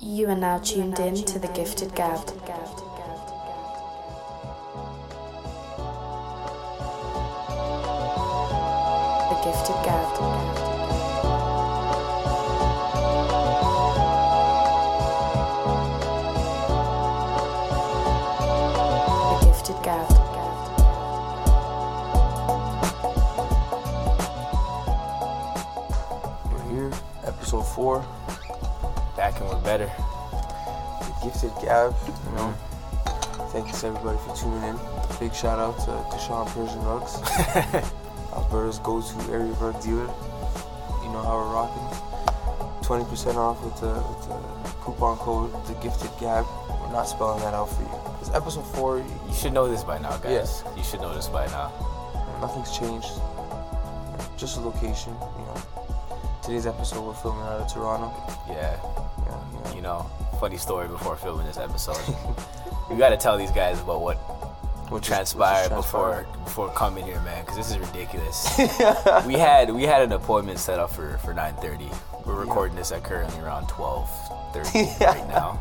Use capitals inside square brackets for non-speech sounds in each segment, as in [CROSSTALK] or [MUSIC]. You are now tuned in to the Gifted Gab. The Gifted Gab. The Gifted Gab. We're here, episode four, back and we're better. the gifted gab. You know, thanks everybody for tuning in. Big shout out to Deshaun Persian [LAUGHS] Rugs, Alberta's go-to area rug dealer. You know how we're rocking. Twenty percent off with the, with the coupon code, the gifted gab. We're not spelling that out for you. It's episode four. You should know this by now, guys. Yes. You should know this by now. Nothing's changed. Just a location. You know. Today's episode we're filming out of Toronto. Yeah. Yeah, yeah. You know, funny story before filming this [LAUGHS] episode. we got to tell these guys about what What just- what just transpired transpired. before before coming here, man, because this is [LAUGHS] ridiculous. we had we had an appointment set up for for 9:30. We're recording this at currently around [LAUGHS] 12:30 right now.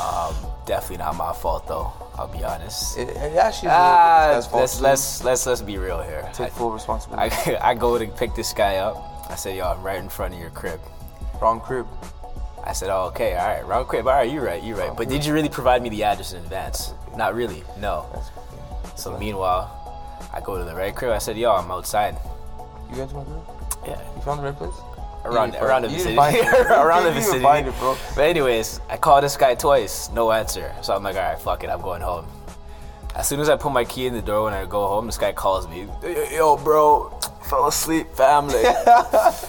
Um, definitely not my fault though. I'll be honest. It, it actually. is ah, that's false let's too. let's let's let's be real here. Take I- full responsibility. I, [LAUGHS] I go to pick this guy up. I said, yo, I'm right in front of your crib. Wrong crib. I said, oh, okay, all right, round crib. All right, you're right, you're right. But did you really provide me the address in advance? Not really, no. That's So meanwhile, I go to the right crib. I said, yo, I'm outside. You went to my crib? Yeah. You found the right place? Around, You didn't around the find- you vicinity. didn't [LAUGHS] find it. around the You didn't even vicinity. find it, bro. But anyways, I call this guy twice, no answer. So I'm like, all right, fuck it, I'm going home. As soon as I put my key in the door when I go home, this guy calls me. Yo, yo, bro, fell asleep, [LAUGHS] family.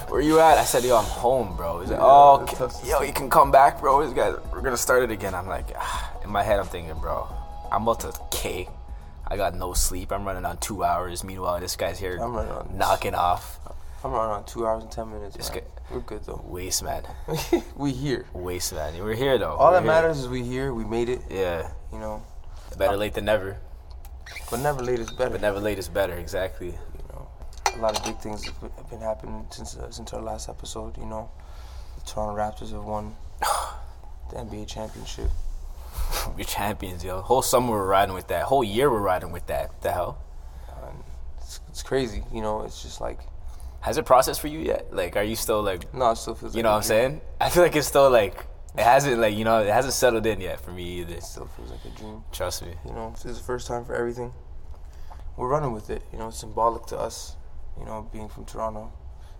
Where you at? I said, yo, I'm home, bro. He's like, Yeah, oh, that's okay. tough to yo, you can come back, bro. This guy, we're gonna start it again. I'm like, ah. in my head, I'm thinking, bro, I'm about to K. I got no sleep. I'm running on two hours. Meanwhile, this guy's here I'm running on- knocking off. I'm around two hours and ten minutes. Just man. We're good [LAUGHS] though. Waste, man. we here. Waste, man. We're here, though. All We're that here. matters is we here. We made it. Yeah. You know, Better late than never. but never late is better. But never late is better, exactly. you know, a lot of big things have been- have been happening since uh, since our last episode. You know, the Toronto Raptors have [SIGHS] won the NBA championship. We're champions, yo. Whole summer we're riding with that. Whole year we're riding with that. The hell? And it's, it's crazy. You know, it's just like Has it processed for you yet? Like, are you still like, no, it still feels. you like know a what I'm dream. saying? [LAUGHS] I feel like it's still like, it hasn't like, you know, it hasn't settled in yet for me either. It still feels like a dream. Trust me. You know, this is the first time for everything. We're running with it. You know, it's symbolic to us. You know, being from Toronto,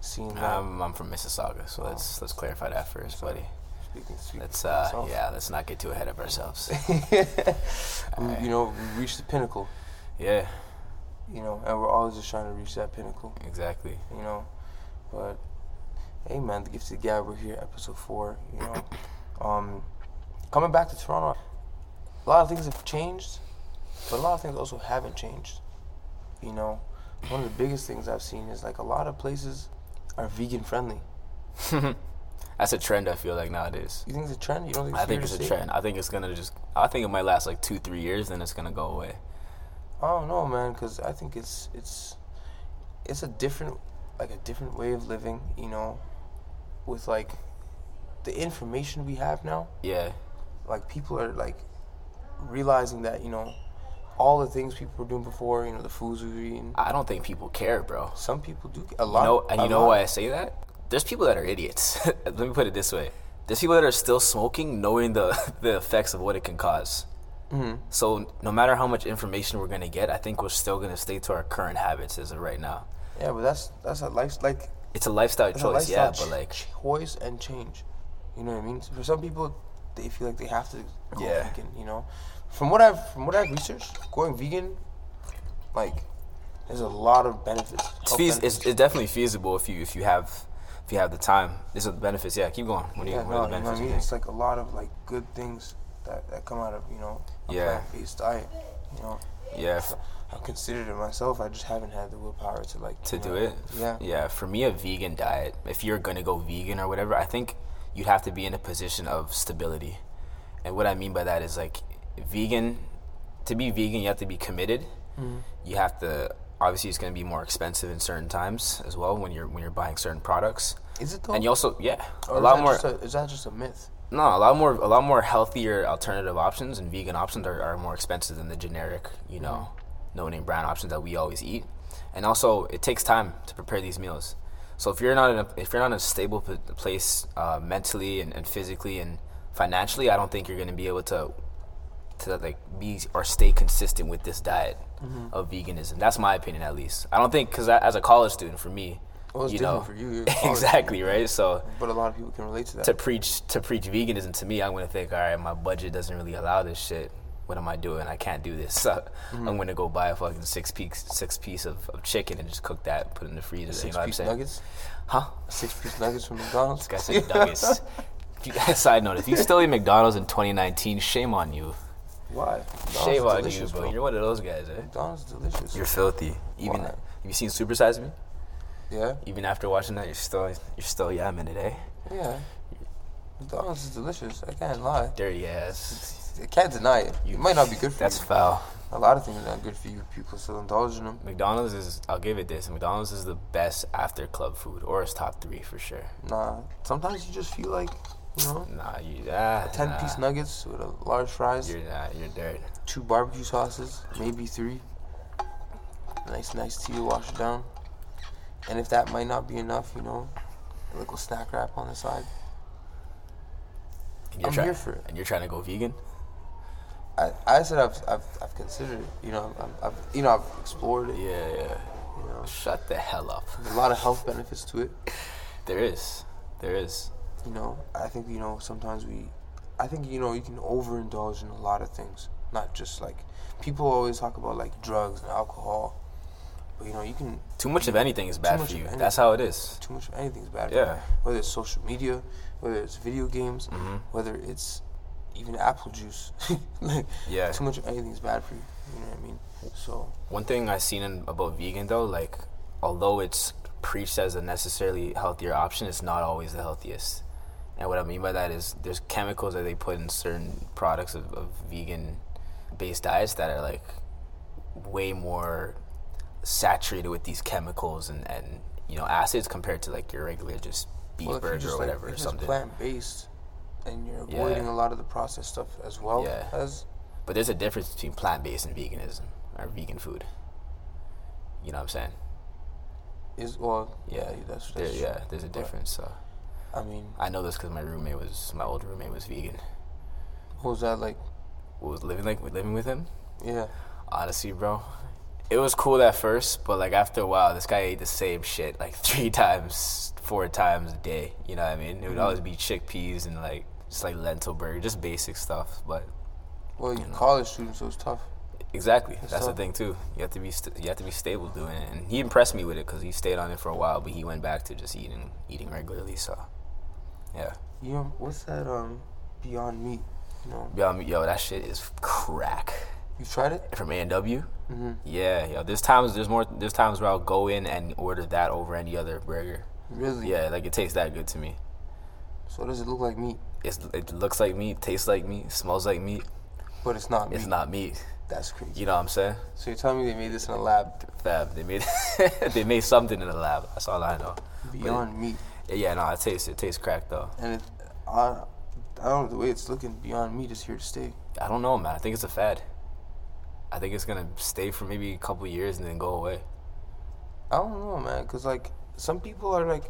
seeing that. I'm, I'm from Mississauga, so let's let's clarify that first, buddy. speaking, speaking Let's for [LAUGHS] uh, myself. yeah, let's not get too ahead of ourselves. We- You Uh, know, we reached the pinnacle. Yeah, You know, and we're always just trying to reach that pinnacle. exactly. You know, but hey, man, the gifted gab. We're here, episode four. You [COUGHS] know, um, coming back to Toronto, a lot of things have changed, but a lot of things also haven't changed. You know, one of the biggest things I've seen is like a lot of places are vegan friendly. That's a trend I feel like nowadays. You think it's a trend? You don't think it's I think here to it's a stay? trend. I think it's gonna just. I think it might last like two, three years, then it's gonna go away. I don't know, man, because I think it's it's it's a different like a different way of living, you know, with like the information we have now. Yeah, Like people are like realizing that you know all the things people were doing before, you know, the foods we were eating. I don't think people care, bro. Some people do a You lot. know, and a you know lot. why I say that? There's people that are idiots. [LAUGHS] Let me put it this way: there's people that are still smoking, knowing the [LAUGHS] the effects of what it can because Mm-hmm. So no matter how much information we're gonna get, I think we're still gonna stay to our current habits as of right now. Yeah, but that's that's a life like It's a lifestyle that's a choice, yeah, lifestyle but like, ch- choice and change. You know what I mean? For some people, they feel like they have to go Yeah. vegan. You know, from what I've from what I've researched, going vegan, like, there's a lot of benefits. it's, health feas- benefits. it's, it's definitely feasible if you if you have if you have the time. These are the benefits. Yeah, keep going. What do you, yeah, what are no, the you know what benefits? I you mean. think? It's like a lot of like good things that, that come out of you know a Yeah. plant-based diet. You know, Yeah. f- I've considered it myself. I just haven't had the willpower to like to you do know, it. Yeah, Yeah. For me, a vegan diet, if you're gonna go vegan or whatever, I think you'd have to be in a position of stability. And what I mean by that is like vegan. To be vegan, you have to be committed. Mm-hmm. You have to. Obviously, it's gonna be more expensive in certain times as well when you're when you're buying certain products. Is it though? And you also, yeah, Or a is lot that more. just a- is that just a myth? No, a lot more, a lot more healthier alternative options and vegan options are, are more expensive than the generic, you know, no name brand options that we always eat. And also, it takes time to prepare these meals. So if you're not in a, if you're not in a stable p- place uh, mentally and, and physically and financially, I don't think you're going to be able to to like be or stay consistent with this diet Mm-hmm. of veganism. That's my opinion, at least. I don't think because as a college student, for me, Well, it's you different know, [LAUGHS] for you. You're a college student. exactly right. So But a lot of people can relate to that. to preach to preach veganism to me, I'm gonna think, all right, my budget doesn't really allow this shit. What am I doing? I can't do this. [LAUGHS] So Mm-hmm. I'm gonna go buy a fucking six piece six piece of, of chicken and just cook that, put it in the freezer. you Six know what I'm piece saying? nuggets. Huh? Six piece nuggets from McDonald's. This guy said [LAUGHS] nuggets. If you guys, [LAUGHS] side note: If you still eat McDonald's in 2019, shame on you. Why? shame McDonald's on you, delicious, bro. You're one of those guys, eh? McDonald's is delicious. You're filthy. Even Why? have you seen Supersize Me? yeah, Even after watching that, you're still you're still yamming eh? today. yeah. McDonald's is delicious. I can't lie. Dirty ass. I can't deny it. It might not be good for That's you. foul. a lot of things aren't good for you. People still indulge in them. McDonald's is I'll give it this. McDonald's is the best after club food, or it's top three for sure. Nah. Sometimes you just feel like, you know, Nah, you ah, ten nah. piece nuggets with a large fries, You're not. You're dirt. two barbecue sauces, maybe three. Nice, nice tea to wash it down. And if that might not be enough, you know, a little snack wrap on the side. And you're I'm try- here for it. And you're trying to go vegan. I, I said I've, I've, I've considered it. You know, I've, I've you know I've explored it. You Yeah, yeah. know, Shut the hell up. there's a lot of health benefits to it. There is. There is. You know, I think you know sometimes we, I think you know you can overindulge in a lot of things. Not just like people always talk about like drugs and alcohol, but you know you can Too much of anything is bad much for of you. anything. That's how it is. too much of anything's bad. for you. Yeah. Mm-hmm. Whether it's social media, whether it's video games, whether it's even apple juice, [LAUGHS] like Yeah. too much of anything's bad for you. You know what I mean? So One thing I've seen in, about vegan though, like although it's preached as a necessarily healthier option, it's not always the healthiest. And what I mean by that is there's chemicals that they put in certain products of, of vegan based diets that are like way more saturated with these chemicals and, and you know acids compared to like your regular just beef well, if you're burger just or like whatever if or it's something. plant based, and you're avoiding a lot of the processed stuff as well Yeah. as But there's a difference between plant based and veganism or vegan food. You know what I'm saying? is well yeah, Yeah. that's, There, that's yeah, there's a But, difference. So. I mean, I know this because my roommate was my old roommate was vegan. what was that like? What was living like living with him? Yeah, Honestly, bro, it was cool at first, but like after a while, this guy ate the same shit like [LAUGHS] three times, four times a day. You know what I mean? It would always be chickpeas and like just like lentil burger, just basic stuff. But well, you You know. college students, so it's tough. exactly, that's So- the thing too. You have to be st- you have to be stable doing it, and he impressed me with it because he stayed on it for a while, but he went back to just eating eating regularly. So yeah. You know what's that? Um, Beyond Meat. You know, Yo, I mean, yo, that shit is crack. you tried it? Mm-hmm. from A and W. Yeah, yo. There's times there's more there's times where I'll go in and order that over any other burger. Really? Yeah, like it tastes that good to me. So does it look like meat? It's it looks like meat, tastes like meat, smells like meat. But it's not meat. It's not meat. That's crazy. You know what I'm saying? So you're telling me they made this in a lab? Fab. They made [LAUGHS] they made something in the lab. That's all I know. Beyond Meat, But, yeah, no, it tastes it tastes crack though. and it, I, I don't know the way it's looking. Beyond Meat is here to stay. I don't know, man. I think it's a fad. I think it's gonna stay for maybe a couple years and then go away. I don't know, man, because like some people are like,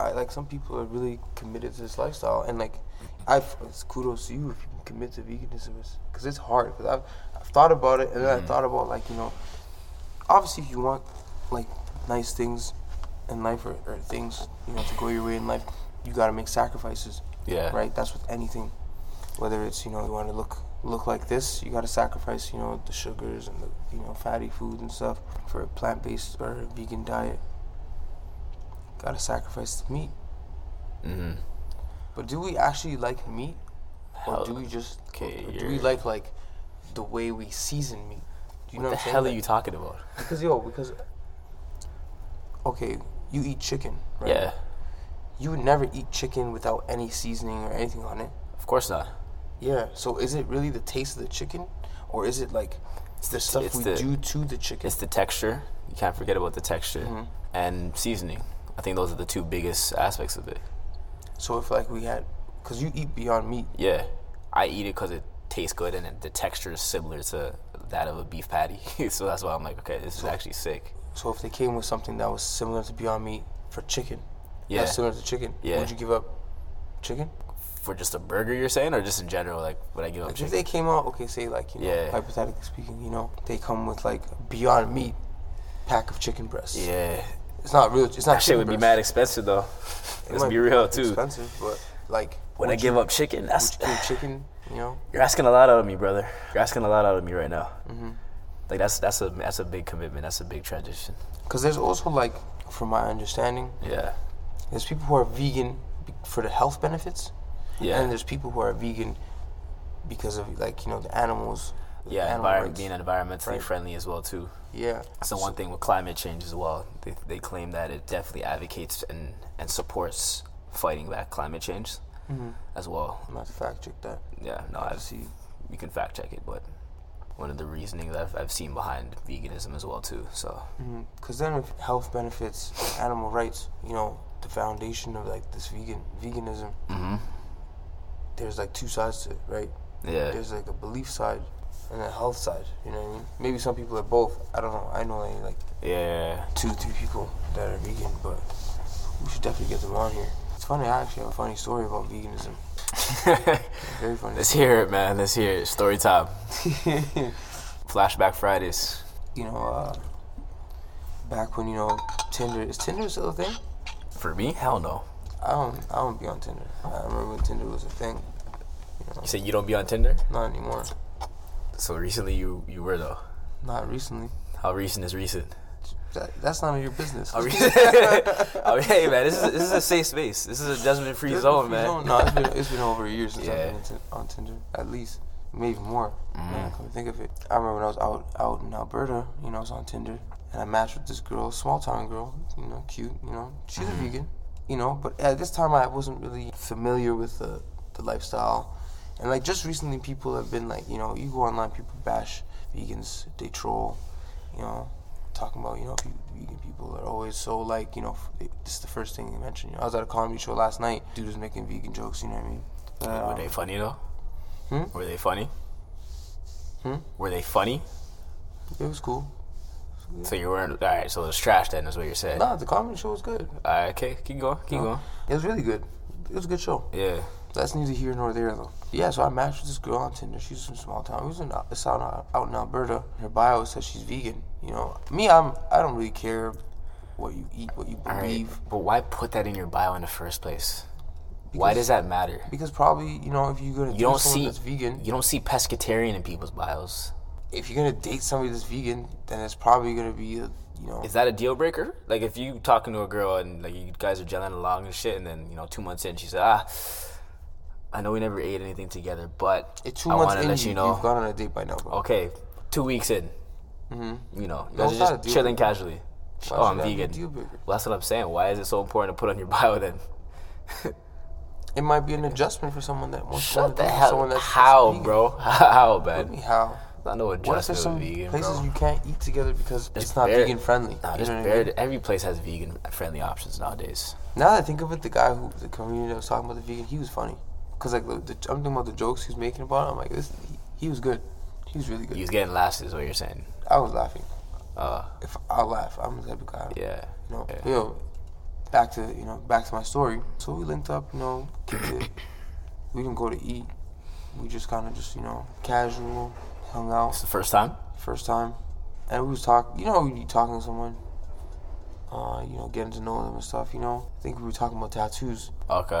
I like some people are really committed to this lifestyle, and like, I it's kudos to you if you can commit to veganism, because it's hard. Because I've I've thought about it, and then I thought about like you know, obviously if you want like nice things in life or, or things you know to go your way in life, you gotta make sacrifices, Yeah. right? That's with anything, whether it's you know you want to look look like this, you gotta sacrifice you know the sugars and the you know fatty food and stuff for a plant based or a vegan diet. Gotta sacrifice the meat. Mm-hmm. But do we actually like meat, or Hell- do we just okay, or do we you're- like like the way we season meat? Do you know What what I'm the saying? hell are Like, you talking about? Because yo, because okay, you eat chicken, right? Yeah. You would never eat chicken without any seasoning or anything on it. Of course not. Yeah. So is it really the taste of the chicken, or is it like it's the stuff it's we the- do to the chicken? It's the texture. You can't forget about the texture Mm-hmm. and seasoning. I think those are the two biggest aspects of it. So if like we had, Cause you eat Beyond Meat. Yeah, I eat it because it tastes good and it, the texture is similar to that of a beef patty. [LAUGHS] so that's why I'm like, okay, this is actually sick. So if they came with something that was similar to Beyond Meat for chicken, Yeah. that's similar to chicken, Yeah. would you give up chicken? For just a burger, you're saying, or just in general, like would I give up Like chicken? if they came out, okay, say like you know, Yeah. hypothetically speaking, you know, they come with like Beyond Meat pack of chicken breasts. Yeah, It's not real. It's not. that shit chicken would be breast. mad expensive though. It Let's might be real fucking too. Expensive, but like Would I would give you- up chicken? That's Would you give chicken? You know, you're asking a lot out of me, brother. You're asking a lot out of me right now. Mm-hmm. Like that's that's a that's a big commitment. That's a big transition. because there's also like, from my understanding, Yeah, there's people who are vegan be- for the health benefits, yeah, and there's people who are vegan because of like you know the animals. the yeah. animal envir- rights. being environmentally Right. friendly as well too. yeah. So one thing with climate change as well, they, they claim that it definitely advocates and, and supports fighting back climate change Mm-hmm. as well. I'm not to fact check that. Yeah, no, I I've, see. you can fact check it, but one of the reasonings I've, I've seen behind veganism as well too. So Because Mm-hmm. then, if health benefits, animal rights, you know, the foundation of like this vegan veganism, Mhm. there's like two sides to it, right? yeah, There's like a belief side and a health side. You know what I mean? Maybe some people are both. I don't know. I know like, like yeah, two, three people that are vegan, but we should definitely get them on here. It's funny. I actually have a funny story about veganism. Very funny. [LAUGHS] Let's hear it, man. Let's hear it. Story [LAUGHS] time. Flashback Fridays. You know, uh, back when you know Tinder is Tinder still a thing? For me, hell no. I don't. I don't be on Tinder. I remember when Tinder was a thing. Oh. You said you don't be on Tinder. Not anymore. So recently you you were though. Not recently. How recent is recent? That, that's none of your business. [LAUGHS] [LAUGHS] How recent? oh, hey man, this is this is a safe space. This is a judgment free Free zone, man. zone. No, it's been, it's been over a year since Yeah. I've been on Tin- on Tinder. At least, maybe more. Now I come to think of it. I remember when I was out out in Alberta. You know, I was on Tinder and I matched with this girl, small town girl. You know, cute. You know, she's a vegan. You know, but at this time I wasn't really familiar with the the lifestyle, and like just recently people have been like, you know, you go online, people bash vegans, they troll. You know, talking about you know pe- vegan people are always so like you know f- they, this is the first thing they mention. You know, I was at a comedy show last night. Dude was making vegan jokes. You know what I mean? But, Were um, they funny though? Hmm? Were they funny? Hmm? Were they funny? it was cool. So you weren't all right. So it was trash then, is what you're saying. Nah, the comedy show was good. All right, okay, keep going, keep going. It was really good. It was a good show. Yeah, That's neither here nor there though. Yeah, so I matched with this girl on Tinder. She's from small town. We was in uh, it's out, out in Alberta. Her bio says she's vegan. You know, me, I'm I don't really care what you eat, what you all right. believe. But why put that in your bio in the first place? why Because- does that matter? Because probably you know if you're gonna You date don't someone see that's vegan, You don't see pescatarian in people's bios. if you're gonna date somebody that's vegan, then it's probably gonna be a, you know Is that a deal breaker? Like if you talking to a girl and like you guys are gelling along and shit, and then you know two months in, she said, "Ah, I know we never ate anything together, but it's two I months wanna in let you, you know." Oh, have gone on a date by now, bro. okay, two weeks in, you know, you No, guys it's not a are just Mm-hmm. deal chilling casually. Why oh, should I'm that be a vegan. deal breaker? Well, that's what I'm saying. Why is it so important to put on your [LAUGHS] bio then? It might be an adjustment for someone that wants to Shut the date someone hell. that's How, vegan. bro? [LAUGHS] How, Tell man? me How? I know What if adjustment there's some with vegan, places bro. you can't eat together because There's it's not bare- vegan friendly? Nah, you there's know what I bare- mean? every place has vegan friendly options nowadays. Now that I think of it, the guy who the comedian that was talking about the vegan, he was funny. Cause like the, the, I'm thinking about the jokes he was making about it. I'm like, this, he, he was good. He was really good. You was getting laughs is what you're saying. I was laughing. Uh, If I laugh, I'm the type of guy. yeah. You know, Yeah. yo, back to you know, back to my story. So we linked up. You know, kicked [COUGHS] it. we didn't go to eat. We just kind of just you know casual, hung out. It's the first time. first time, and we was talking. You know, when you talking to someone, uh, you know, getting to know them and stuff. You know, I think we were talking about tattoos. Okay.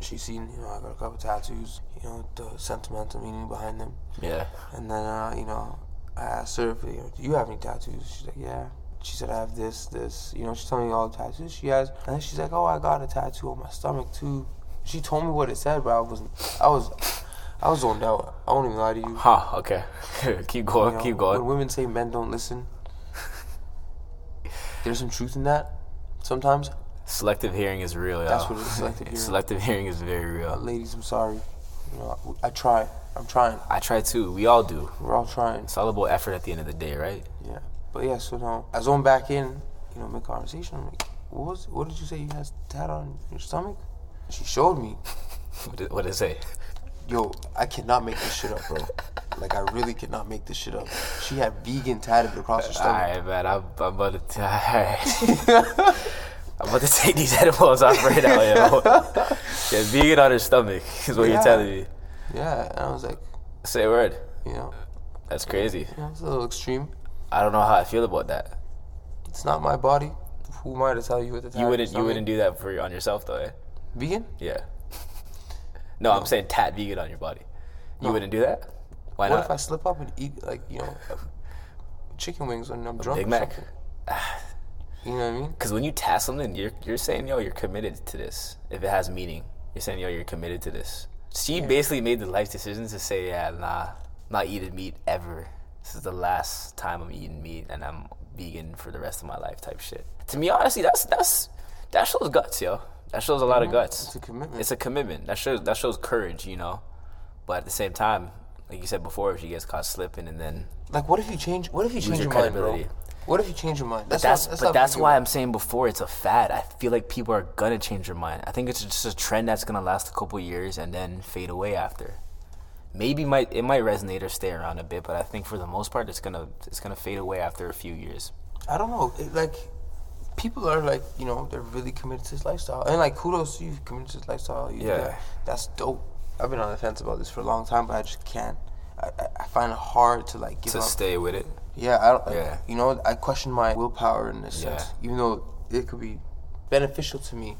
She seen, you know, I got a couple tattoos. You know, the sentimental meaning behind them. Yeah. And then, uh, you know, I asked her, if, you know, do you have any tattoos? She's like, yeah. She said, I have this, this. You know, she's telling me all the tattoos she has. And then she's like, oh, I got a tattoo on my stomach too. She told me what it said, but I wasn't. I was, I was zoned out. I won't even lie to you. Huh. Okay. [LAUGHS] keep going. You know, keep going. When women say men don't listen, there's some truth in that. Sometimes Selective hearing is real, y'all. That's what it is, [LAUGHS] Oh. selective hearing. Selective hearing is very real. ladies, I'm sorry. You know, I, I try. I'm trying. I try too. We all do. We're all trying. It's all about effort at the end of the day, right? [LAUGHS] Yeah. But yeah, so now I zone back in. You know, make conversation. I'm like, what was? What did you say? You had that on your stomach? She showed me. What did, what did it say? Yo, I cannot make this shit up, bro. like, I really cannot make this shit up. She had vegan tatted across her stomach. Alright, man, I'm, I'm about to. T- [LAUGHS] Alright. I'm about to take these [LAUGHS] edibles off right now, yo. [LAUGHS] yeah, vegan on her stomach is what Yeah. you're telling me. Yeah, and I was like, Say a word. you know, That's crazy. yeah, it's a little extreme. I don't know how I feel about that. It's not my body. Who am I to tell you what to You wouldn't. You wouldn't do that for on yourself, though. Eh? vegan? Yeah. [LAUGHS] No, I'm saying tat vegan on your body. You No. wouldn't do that. Why What not? if I slip up and eat like you know, uh, chicken wings when I'm drunk? Big or Mac. [SIGHS] something? You know what I mean? Because when you tat something, you're you're saying yo, you're committed to this. If it has meaning, you're saying yo, you're committed to this. She basically made the life decisions to say, yeah, nah, not eating meat ever. This is the last time I'm eating meat, and I'm vegan for the rest of my life, type shit. To me, honestly, that's that's that shows guts, yo. That shows a lot of guts. It's Mm-hmm. a commitment. it's a commitment. That shows that shows courage, you know. But at the same time, like you said before, if she gets caught slipping and then like, what if you change? What if you change your your mind, bro? credibility. What if you change your mind? but that's but that's why I'm saying before it's a fad. I feel like people are gonna change their mind. I think it's just a trend that's gonna last a couple years and then fade away after. Maybe might it might resonate or stay around a bit, but I think for the most part it's gonna it's gonna fade away after a few years. I don't know. It, like, people are like, you know, they're really committed to this lifestyle, and like, kudos to you, committed to this lifestyle. You did Yeah. that. that's dope. I've been on the fence about this for a long time, but I just can't. I, I, I find it hard to like give To up. stay with it. Yeah, I don't. like, Yeah. You know, I question my willpower in this Yeah. sense, even though it could be beneficial to me,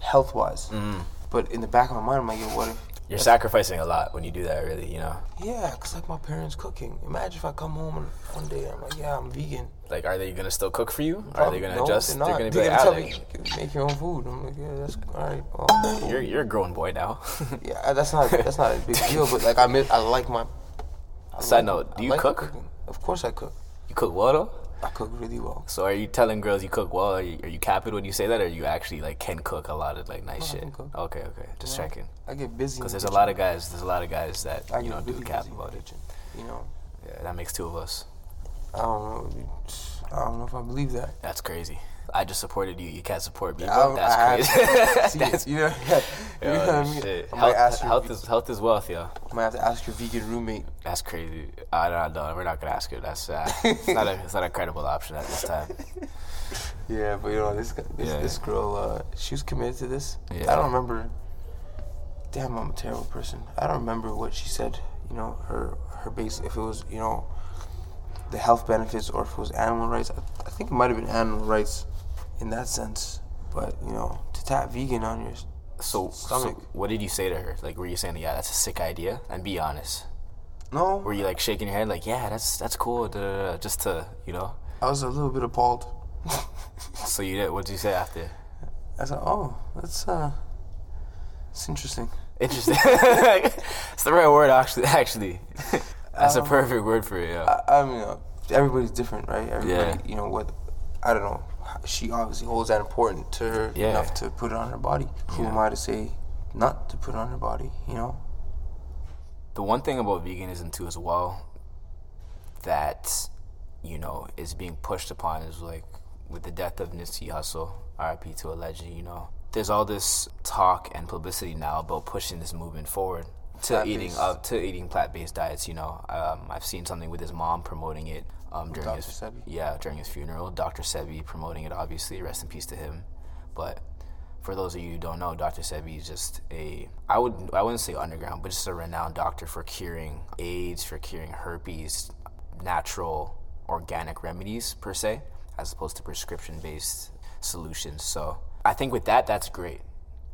health wise. Mm-hmm. But in the back of my mind, I'm like, yo, what if? You're sacrificing a lot when you do that really, you know. Yeah, 'cause like my parents cooking. Imagine if I come home and one day I'm like, yeah, I'm vegan. Like are they gonna still cook for you? Are Probably- they gonna no, adjust? They're, not. gonna They're be gonna tell like, "Ah, me "Alex, "You make your own food. I'm like, yeah, that's all right. Well, cool." you're you're a grown boy now. [LAUGHS] yeah, that's not that's not a big deal. But like, I miss, I like my. I Side note, I do you like cook? cooking. Of course, I cook. you cook well though? I cook really well. So are you telling girls you cook well? Are you, are you capping when you say that, or you actually like can cook a lot of like nice I shit? can cook. Okay, okay, just checking. I get busy. Because there's a lot of guys, there's a lot of guys that I you get know do really cap busy in the about it. kitchen, You know. Yeah, that makes two of us. I don't know. I don't know if I believe that. That's crazy. I just supported you. You can't support me. I, bro. That's I crazy. [LAUGHS] [LAUGHS] Have to see it, you know, you know Yo, what I mean? shit. I, might Health, ask your, health is health is wealth, yo. I might have to ask your vegan roommate. That's crazy. I don't know. We're not gonna ask her. That's uh, it's not a it's not a credible option at [LAUGHS] this time. Yeah, but you know this guy- this, Yeah. this girl, uh, she was committed to this. Yeah. I don't remember. Damn, I'm a terrible person. I don't remember what she said. You know, her her base. If it was you know, the health benefits or if it was animal rights. I, I think it might have been animal rights, in that sense. But you know, to tap vegan on your So, so Stomach. what did you say to her? Like, were you saying, yeah, that's a sick idea? And be honest. no, Were you like shaking your head, like, yeah, that's that's cool, da, da, da, just to you know? I was a little bit appalled. So you did. What did you say after? I said, oh, that's uh, it's interesting. Interesting. [LAUGHS] it's the right word, actually. Actually, that's a perfect word for it. Yeah. I, I mean, uh, everybody's different, right? Everybody, Yeah. you know what? I don't know. She obviously holds that important to her Yeah. enough to put it on her body. Who am I to say not to put it on her body? You know? The one thing about veganism too, as well, that you know is being pushed upon is like with the death of Nipsey Hussle, RIP to a legend. You know, there's all this talk and publicity now about pushing this movement forward to eating Plant-based. up to eating plant-based diets. You know, um, I've seen something with his mom promoting it um, during his Dr. Sebi. yeah during his funeral. Dr. Sebi promoting it, obviously. Rest in peace to him. But for those of you who don't know, Dr. Sebi is just a I would I wouldn't say underground, but just a renowned doctor for curing AIDS, for curing herpes, natural organic remedies per se, as opposed to prescription based solutions. So I think with that, that's great.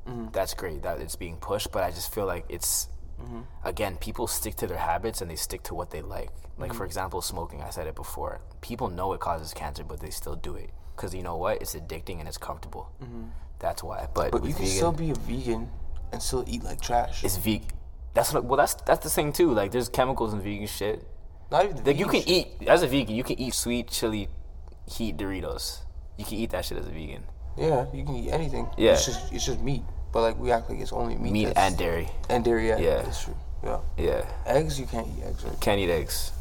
Mm-hmm. That's great that it's being pushed, but I just feel like it's Mm-hmm. again people stick to their habits and they stick to what they like. Like Mm-hmm. for example, smoking. I said it before. People know it causes cancer, but they still do it because you know what? It's addicting and it's comfortable. Mm-hmm. That's why. But, But with you can vegan, still be a vegan and still eat like trash. it's vegan. That's what, well. That's that's the thing too. Like there's chemicals in vegan shit. not even the Like you vegan can shit. eat as a vegan. You can eat sweet chili, heat Doritos. You can eat that shit as a vegan. Yeah, you can eat anything. Yeah. It's just it's just meat. But like we act like it's only meat. Meat that's- and dairy. and dairy. Yeah, Yeah. that's true. Yeah. Yeah. Eggs, you can't eat eggs. Right? Can't eat eggs.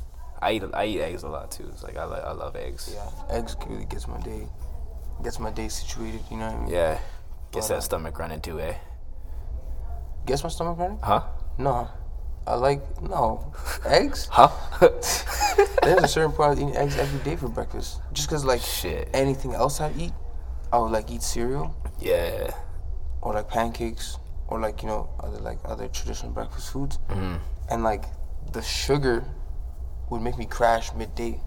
I eat I eat eggs a lot too. It's like I, lo- I love eggs. Yeah. Eggs really gets my day, gets my day situated. You know what I mean? Yeah. Gets But, uh, that stomach running too, eh? Gets my stomach burning? Huh? No. I like no eggs. [LAUGHS] Huh? There's a certain point I eat eggs every day for breakfast. Just cause like Shit. anything else I eat, I would like eat cereal yeah. or like pancakes or like you know other like other traditional breakfast foods, and like the sugar would make me crash midday.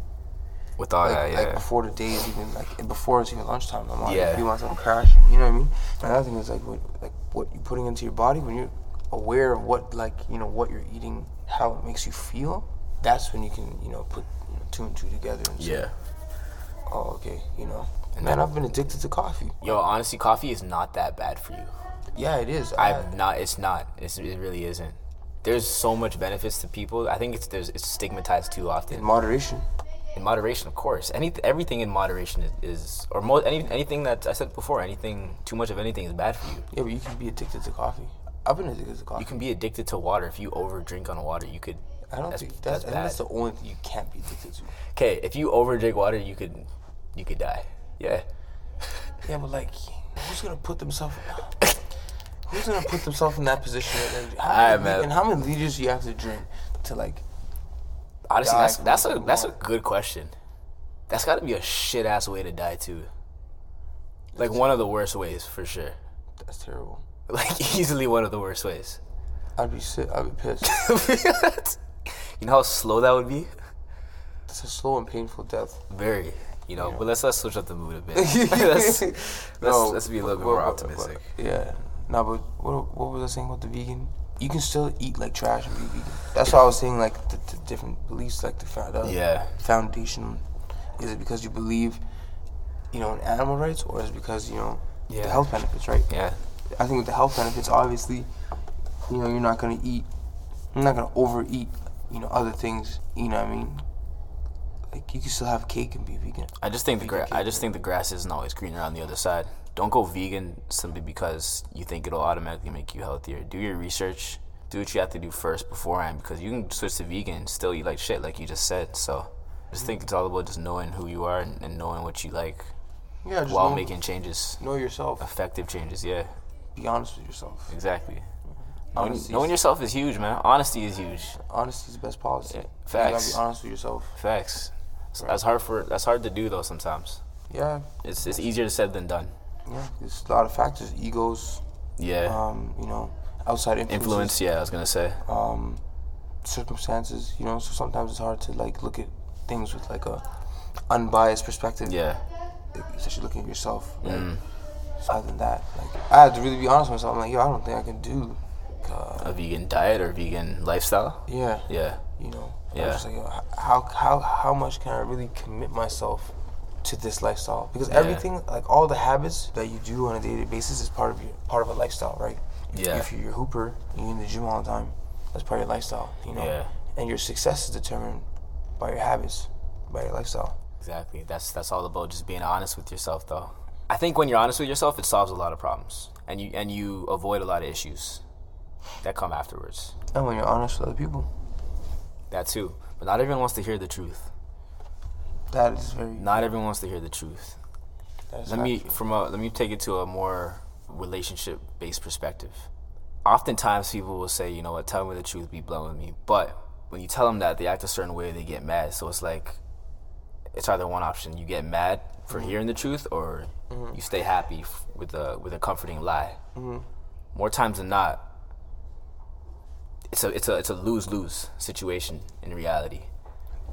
With all like, that, like yeah. before the day is even like before it's even lunchtime. I'm like, Yeah. yeah. you want something crashing, you know what I mean? And Another thing is like what like what you're putting into your body when you're aware of what like you know what you're eating, how it makes you feel. That's when you can you know put you know, two and two together and say, Yeah. oh okay, you know. And Man, then- I've been addicted to coffee. Yo, honestly, coffee is not that bad for you. Yeah, it is. I'm not. It's not. It's, it really isn't. There's so much benefits to people. I think it's there's it's stigmatized too in often. moderation. In moderation, of course. Any everything in moderation is, is or most any, anything that I said before. Anything too much of anything is bad for you. Yeah, but you can be addicted to coffee. I've been addicted to coffee. You can be addicted to water if you over drink on water. You could. I don't that's, think that's, that's, and that's bad. the only thing you can't be addicted to. Okay, if you over drink water, you could you could die. Yeah. Yeah, but like, who's gonna put themselves? [COUGHS] Who's gonna put themselves in that position? Like, how many- Alright, man. And how many liters you have to drink to like? Honestly, Die that's from that's a drinking that's a water. good question. That's got to be a shit ass way to die too. Like one of the worst ways for sure. [LAUGHS] That's terrible. Like easily one of the worst ways. [LAUGHS] I'd be sick. I'd be pissed. you know how slow that would be? It's a slow and painful death. Very. You know, but let's let's switch up the mood a bit. [LAUGHS] let's, let's, [LAUGHS] No, let's be a but- little bit but- more but- optimistic. but- yeah. No, but what, what was I saying about the vegan? You can still eat like trash and be vegan. That's why I was saying like the, the different beliefs, like the, fa- the Yeah. foundation. Is it because you believe, you know, in animal rights, or is it because you know Yeah. the health benefits, right? Yeah. I think with the health benefits, obviously, you know, you're not gonna eat, you're not gonna overeat, you know, other things. You know what I mean? Like you can still have cake and be vegan. I just think the gra- I just think the grass isn't always greener on the other side. Don't go vegan simply because you think it'll automatically make you healthier. Do your research. Do what you have to do first beforehand because you can switch to vegan and still eat like shit, like you just said. So, just think it's all about just knowing who you are and, and knowing what you like Yeah, just while know, making changes, know yourself. effective changes. Yeah. Be honest with yourself. Exactly. Knowing, Honesty, knowing yourself is huge, man. Honesty is huge. honesty is the best policy. Yeah, You gotta facts. be honest with yourself. Facts. So That's hard for. That's hard to do though. Sometimes Yeah, it's it's easier said than done. yeah. There's a lot of factors: egos, Yeah. um, you know, outside influences, Influence. Yeah, I was gonna say. um, circumstances. You know, so sometimes it's hard to like look at things with like a unbiased perspective. Yeah. especially looking at yourself. Like, Mm. Other than that, like I had to really be honest with myself. I'm like, yo, I don't think I can do. Like, uh, A vegan diet or vegan lifestyle. yeah, Yeah. you know. I Yeah. was just like, yo, h- how how how much can I really commit myself to this lifestyle? Because everything, like all the habits that you do on a daily basis, is part of your part of a lifestyle, right? Yeah. If you're a hooper, you're in the gym all the time. That's part of your lifestyle, you know. Yeah. And your success is determined by your habits, by your lifestyle. Exactly. That's that's all about just being honest with yourself, though. I think when you're honest with yourself, it solves a lot of problems, and you and you avoid a lot of issues that come afterwards. And when you're honest with other people, That too. But not everyone wants to hear the truth. that is very. Not everyone wants to hear the truth. that is Let me factual. from a let me take it to a more relationship based perspective. Oftentimes people will say, you know what, tell me the truth, be blunt with me. But when you tell them that, they act a certain way, they get mad. So it's like it's either one option: you get mad for hearing the truth, or you stay happy f- with a with a comforting lie. More times than not, it's a it's a it's a lose lose situation in reality.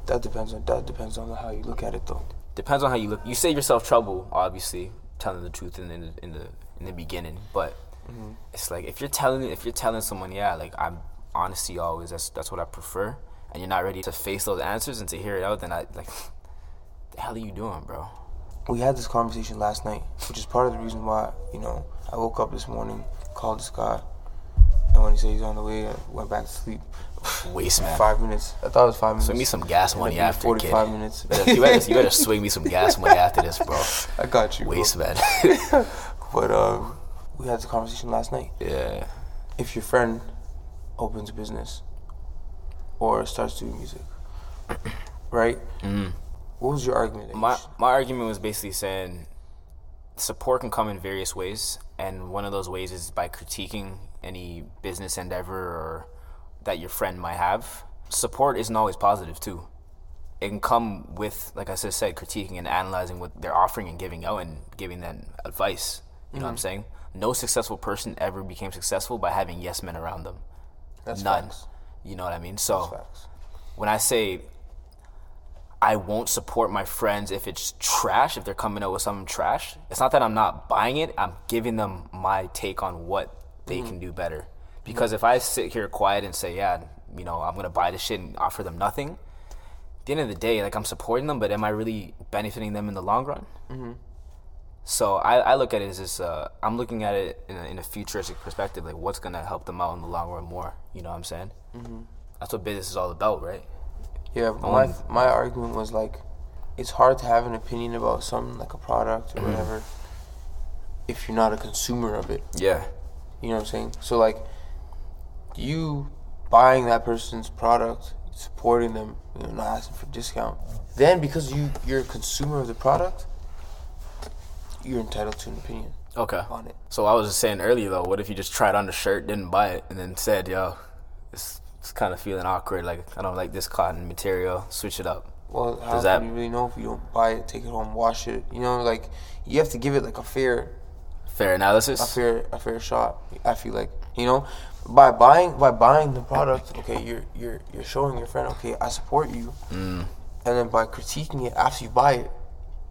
That depends on that depends on how you look at it though. depends on how you look. You save yourself trouble, obviously, telling the truth in, in, in the in the beginning. But Mm-hmm. it's like if you're telling if you're telling someone, yeah, like I'm honesty always. That's that's what I prefer. And you're not ready to face those answers and to hear it out. Then I like, the hell are you doing, bro? We had this conversation last night, which is part of the reason why you know I woke up this morning, called this guy, and when he said he's on the way, I went back to sleep. [LAUGHS] Waste man. Five minutes. I thought it was five minutes. Swing me some gas Ended up money being after, kid. Forty-five minutes. You better, you better- you better swing me some gas money after this, bro. [LAUGHS] I got you. bro. Waste man. [LAUGHS] But um, we had this conversation last night. yeah. If your friend opens a business or starts doing music, [CLEARS THROAT] right? What was your argument? that you Mm. my should- my argument was basically saying support can come in various ways, and one of those ways is by critiquing any business endeavor or that your friend might have. Support isn't always positive too. It can come with, like I just said, critiquing and analyzing what they're offering and giving out and giving them advice. You know Mm-hmm. what I'm saying? No successful person ever became successful by having yes men around them. That's None. facts. You know what I mean? So Facts. when I say I won't support my friends if it's trash, if they're coming out with something trash, it's not that I'm not buying it, I'm giving them my take on what they can do better. Because if I sit here quiet and say, yeah, you know, I'm gonna buy this shit and offer them nothing, at the end of the day, like I'm supporting them, but am I really benefiting them in the long run? So I, I look at it as this, uh, I'm looking at it in a, in a futuristic perspective, like what's gonna help them out in the long run more. You know what I'm saying? That's what business is all about, right? Yeah, Um, but my my argument was like, it's hard to have an opinion about something like a product Mm-hmm. or whatever if you're not a consumer of it. Yeah. You know what I'm saying? So like, you buying that person's product, supporting them, you know, not asking for discount. Then because you you're a consumer of the product, you're entitled to an opinion Okay. on it. So I was just saying earlier though, what if you just tried on the shirt, didn't buy it, and then said, "Yo, it's it's kind of feeling awkward. Like I don't like this cotton material. Switch it up." Well, how can Does that- you really know if you don't buy it, take it home, wash it? You know, like you have to give it like a fair Fair a analysis. fair a fair shot. I feel like you know, by buying by buying the product, okay, you're you're you're showing your friend, okay, I support you, Mm. and then by critiquing it after you buy it,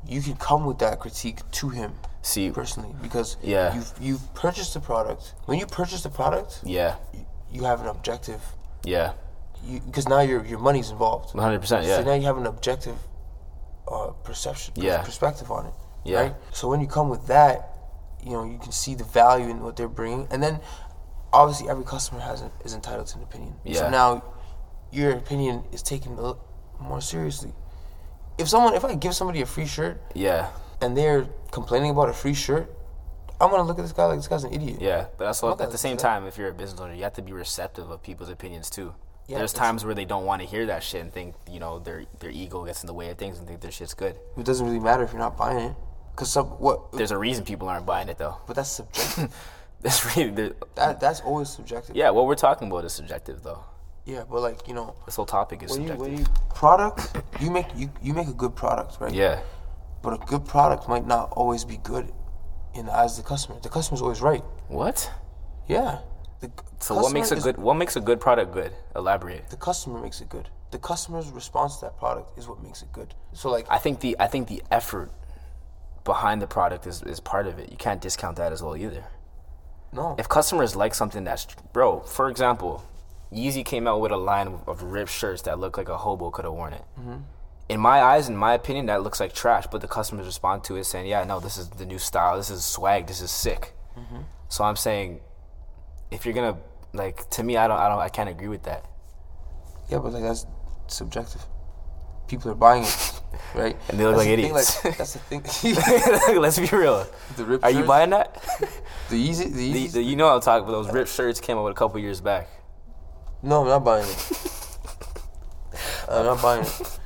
you can come with that critique to him See, personally because Yeah. you've you've purchased the product. When you purchase the product, yeah, you, you have an objective, yeah, because now your your money's involved. one hundred percent. So now Yeah, you have an objective uh, perception, Yeah. perspective on it. Yeah. Right? So when you come with that, you know, you can see the value in what they're bringing. And then obviously every customer has an, is entitled to an opinion. Yeah. So now your opinion is taken a little more seriously. If someone, if I give somebody a free shirt yeah, and they're complaining about a free shirt, I'm gonna look at this guy like this guy's an idiot. yeah. But that's what, Okay, at the same so- time, if you're a business owner, you have to be receptive of people's opinions too. Yeah, There's it's- times where they don't want to hear that shit and think, you know, their their ego gets in the way of things and think their shit's good. It doesn't really matter if you're not buying it, cause some [LAUGHS] what. There's a reason people aren't buying it though. [LAUGHS] But that's subjective. That's really there- that that's always subjective. yeah. What we're talking about is subjective though. Yeah, but like you know, This whole topic is when you, when subjective. you product you make you, you make a good product right Yeah, but a good product might not always be good in the eyes of the customer the customer's always right What? yeah the c- So what makes a customer is- good what makes a good product good? Elaborate. the customer makes it good the customer's response to that product is what makes it good so like I think the I think the effort behind the product is, is part of it. You can't discount that as well either. no If customers like something that's bro, for example, Yeezy came out with a line of ripped shirts that looked like a hobo could have worn it. Mm-hmm. In my eyes, in my opinion, that looks like trash. But the customers respond to it saying, "Yeah, no, this is the new style. This is swag. This is sick." Mm-hmm. So I'm saying, if you're gonna like, to me, I don't, I don't, I can't agree with that. yeah but like that's subjective people are buying it [LAUGHS] right And they look That's like the thing, idiots. like, that's the thing [LAUGHS] [LAUGHS] Let's be real. The ripped Are you shirts? buying that? the easy the, [LAUGHS] The, easy the, you know I'm talking about. Those ripped shirts came out a couple years back. No, I'm not buying [LAUGHS] it. I'm not buying it.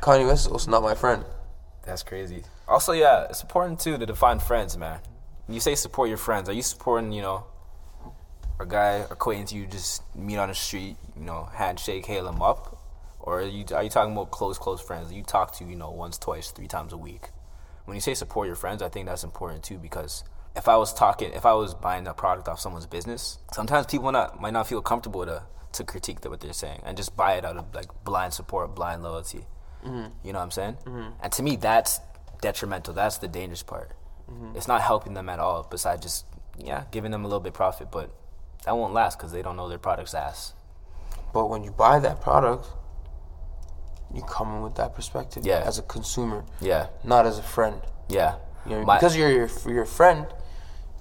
Kanye West is also not my friend. That's crazy. Also, yeah, it's important too to define friends, man. When you say support your friends, are you supporting, you know, a guy acquaintance you just meet on the street, you know, handshake, hail him up, or are you are you talking about close, close friends that you talk to, you know, once, twice, three times a week? When you say support your friends, I think that's important too because if I was talking, if I was buying a product off someone's business, sometimes people not might not feel comfortable to to critique that what they're saying and just buy it out of like blind support, blind loyalty. You know what I'm saying? And to me, that's detrimental. That's the dangerous part. It's not helping them at all. Besides just yeah, giving them a little bit profit, but that won't last because they don't know their product's ass. But when you buy that product, you come in with that perspective Yeah. as a consumer, Yeah, not as a friend. yeah. You know, My- because you're your, for your friend,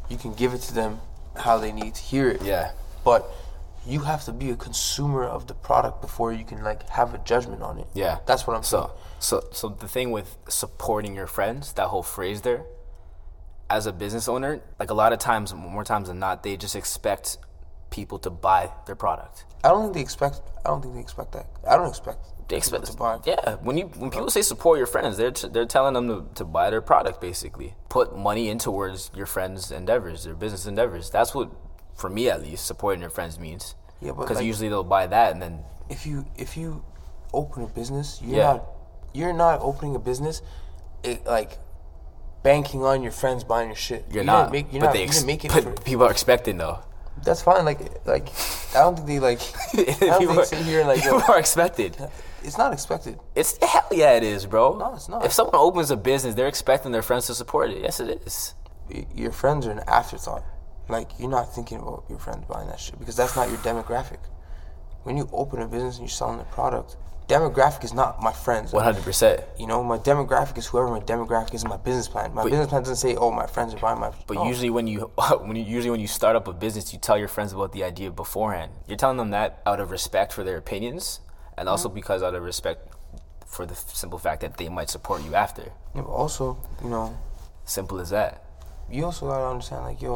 you can give it to them how they need to hear it. yeah, But you have to be a consumer of the product before you can like have a judgment on it. yeah. that's what I'm saying. So, so, so the thing with supporting your friends, that whole phrase there, as a business owner, like a lot of times, more times than not, they just expect people to buy their product. I don't think they expect. I don't think they expect that. I don't expect. They people expect to buy. Yeah, when you when people say support your friends, they're t- they're telling them to, to buy their product basically. Put money in towards your friends' endeavors, their business endeavors. That's what for me at least, supporting your friends means. Yeah, but Because like, usually they'll buy that and then if you if you open a business, you're Yeah. not you're not opening a business, it, like banking on your friends buying your shit. you're You didn't not. Make, you're but not. they you ex- didn't make it. but for, people are expecting [LAUGHS] though. that's fine. Like like I don't think they [LAUGHS] like. I don't think people they sit here and [LAUGHS] like. people yo, are [LAUGHS] expected. it's not expected. It's hell yeah, it is, bro. No, it's not. If someone opens a business, they're expecting their friends to support it. Yes, it is. Y- Your friends are an afterthought. Like you're not thinking about your friends buying that shit because that's not your demographic. When you open a business and you're selling a product, demographic is not my friends. One hundred percent. You know, my demographic is whoever my demographic is in my business plan. My business plan doesn't say, oh, my friends are buying my. But no. usually, when you [LAUGHS] when you usually when you start up a business, you tell your friends about the idea beforehand. You're telling them that out of respect for their opinions, and Mm-hmm. also because out of respect for the f- simple fact that they might support you after. Yeah, but also, you know, Simple as that. you also gotta understand, like, yo,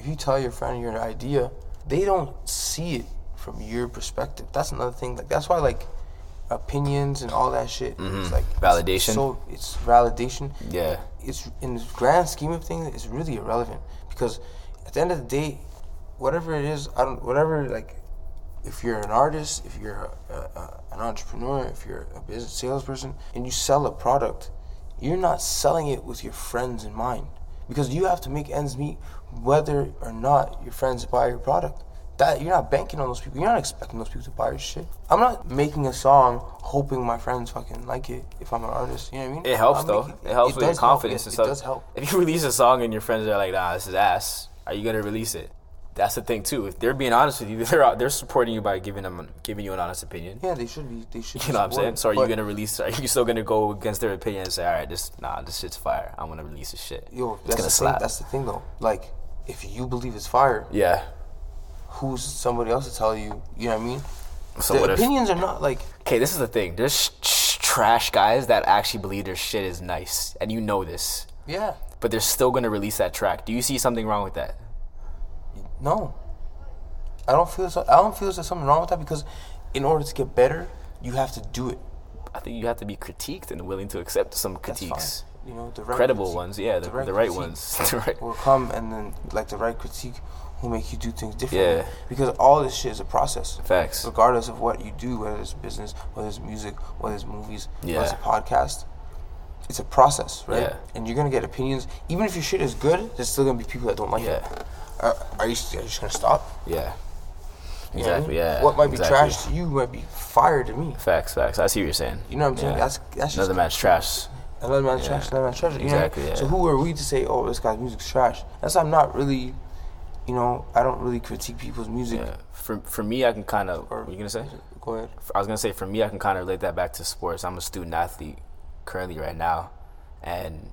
if you tell your friend your idea, they don't see it from your perspective. That's another thing. Like, that's why, like, opinions and all that shit. It's like it's Mm-hmm. Validation. so it's validation. Yeah. It's in the grand scheme of things, it's really irrelevant because at the end of the day, whatever it is, I don't. Whatever like, if you're an artist, if you're a, a, an entrepreneur, if you're a business salesperson, and you sell a product, you're not selling it with your friends in mind because you have to make ends meet, whether or not your friends buy your product. That you're not banking on those people. You're not expecting those people to buy your shit. I'm not making a song hoping my friends fucking like it. If I'm an artist, you know what I mean. It helps I'm though. making- it helps with your does help. confidence It- and stuff. It does help. If you release a song and your friends are like, "Nah, this is ass," are you gonna release it? That's the thing too. If they're being honest with you, [LAUGHS] they're out- they're supporting you by giving them giving you an honest opinion. Yeah, they should be. They should. You know what I'm saying? So are But, you gonna release? Are you still gonna go against their opinion and say, "All right, this nah, this shit's fire. I'm gonna release this shit. Yo, it's that's gonna the slap." Thing, that's the thing though. Like, if you believe it's fire, yeah. who's somebody else to tell you? You know what I mean? So the what if? opinions are not like. Okay, this is the thing. There's sh- sh- trash guys that actually believe their shit is nice, and you know this, Yeah. but they're still gonna release that track. Do you see something wrong with that? No. I don't feel. So, I don't feel there's something wrong with that because, in order to get better, you have to do it. I think you have to be critiqued and willing to accept some That's critiques. fine. You know, the right Credible critique ones, yeah, The the, the right right, critique. ones. [LAUGHS] the right. will come, and then like the right critique will make you do things differently. Yeah. Because all this shit is a process. Facts. regardless of what you do, whether it's business, whether it's music, whether it's movies, whether it's a Yeah. podcast, it's a process, right? Yeah. And you're gonna get opinions. Even if your shit is good, there's still gonna be people that don't like Yeah, it. Are, are you are you just gonna stop? yeah. You know what I Exactly, mean? yeah. What might exactly. be trash to you might be fire to me. Facts, facts. I see what you're saying. You know what I'm saying? Yeah. That's that's just Another match trash. another man's trash, another man's trash. You Exactly, Know? yeah. So who are we to say, oh, this guy's music's trash? That's I'm not really, you know, I don't really critique people's music. Yeah. For, for me, I can kind of. Or- What were you going to say? Go ahead. I was gonna say for me, I can kind of relate that back to sports. I'm a student athlete currently right now, and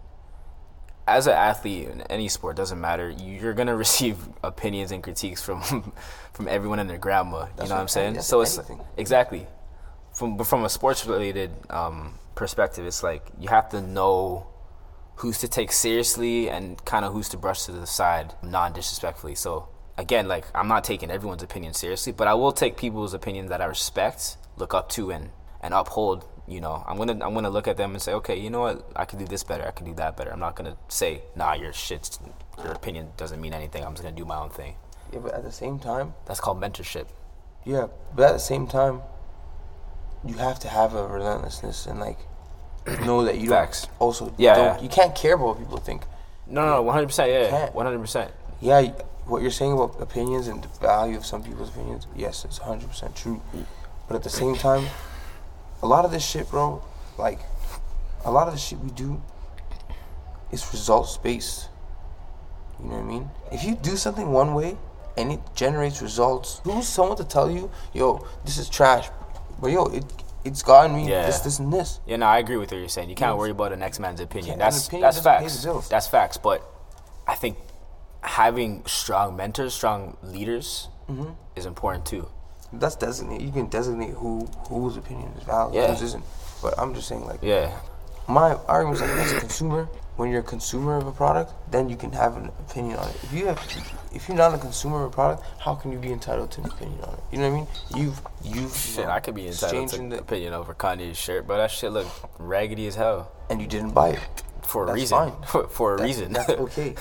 as an athlete in any sport, doesn't matter. You're gonna [LAUGHS] receive opinions and critiques from [LAUGHS] from everyone and their grandma. you That's know what what I'm I'm saying, saying? that's So it's anything. exactly from but from a sports related um, perspective. It's like you have to know who's to take seriously and kind of who's to brush to the side non disrespectfully. So again, like I'm not taking everyone's opinion seriously, but I will take people's opinions that I respect, look up to, and and uphold. You know, I'm gonna I'm gonna look at them and say, okay, you know what, I can do this better, I can do that better. I'm not gonna say, nah, your shit's your opinion doesn't mean anything. I'm just gonna do my own thing. Yeah, but at the same time, That's called mentorship. Yeah, but at the same time, you have to have a relentlessness and like know that you Facts. don't also Yeah, don't, yeah. you can't care about what people think. No, no, 100, percent yeah, Can't. 100. percent Yeah, y- what you're saying about opinions and the value of some people's opinions, yes, it's 100% true. But at the same time, a lot of this shit, bro, like a lot of the shit we do is results based. You know what I mean? If you do something one way and it generates results, who's someone to tell you, yo, this is trash? But yo, it it's gotten me Yeah. this, this, and this. Yeah, no, I agree with what you're saying. You can't worry about the next man's opinion. Can't- That's an opinion that's doesn't pay the facts. bills. That's facts. But I think having strong mentors, strong leaders, Mm-hmm. is important too. That's designate. You can designate who whose opinion is valid, Yeah. whose isn't. But I'm just saying, like, Yeah, My argument is like as a consumer, when you're a consumer of a product, then you can have an opinion on it. If you have, if you're not a consumer of a product, how can you be entitled to an opinion on it? You know what I mean? You've, you've, shit, I could be entitled to exchanging the- opinion over Kanye's shirt, but that shit look raggedy as hell and you didn't buy it. [LAUGHS] for a That's reason. fine. [LAUGHS] For, for a That- reason. That's okay.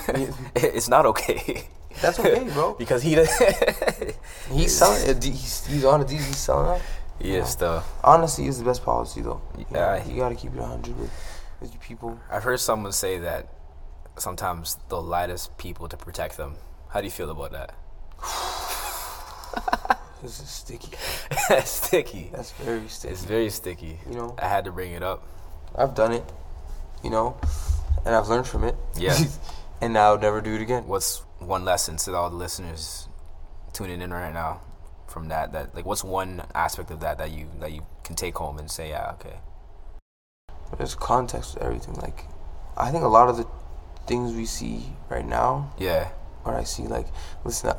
it's not okay. [LAUGHS] That's okay, bro. because he does. He's selling. uh, d- He's, he's on a deal. He's selling out. [LAUGHS] yes, though. Honesty is the best policy, though. You know, Yeah. you gotta keep it 100 with, with your people. I've heard someone say that sometimes they'll lie to people to protect them. How do you feel about that? [LAUGHS] This is sticky. sticky. That's very sticky. It's very sticky. You know? I had to bring it up. I've done it, you know, and I've learned from it. Yeah. [LAUGHS] and I'll never do it again. What's one lesson to all the listeners tuning in right now from that? That like, what's one aspect of that that you that you can take home and say, yeah, okay, There's context with everything. Like, I think a lot of the things we see right now, yeah, or I see, like, listen, I,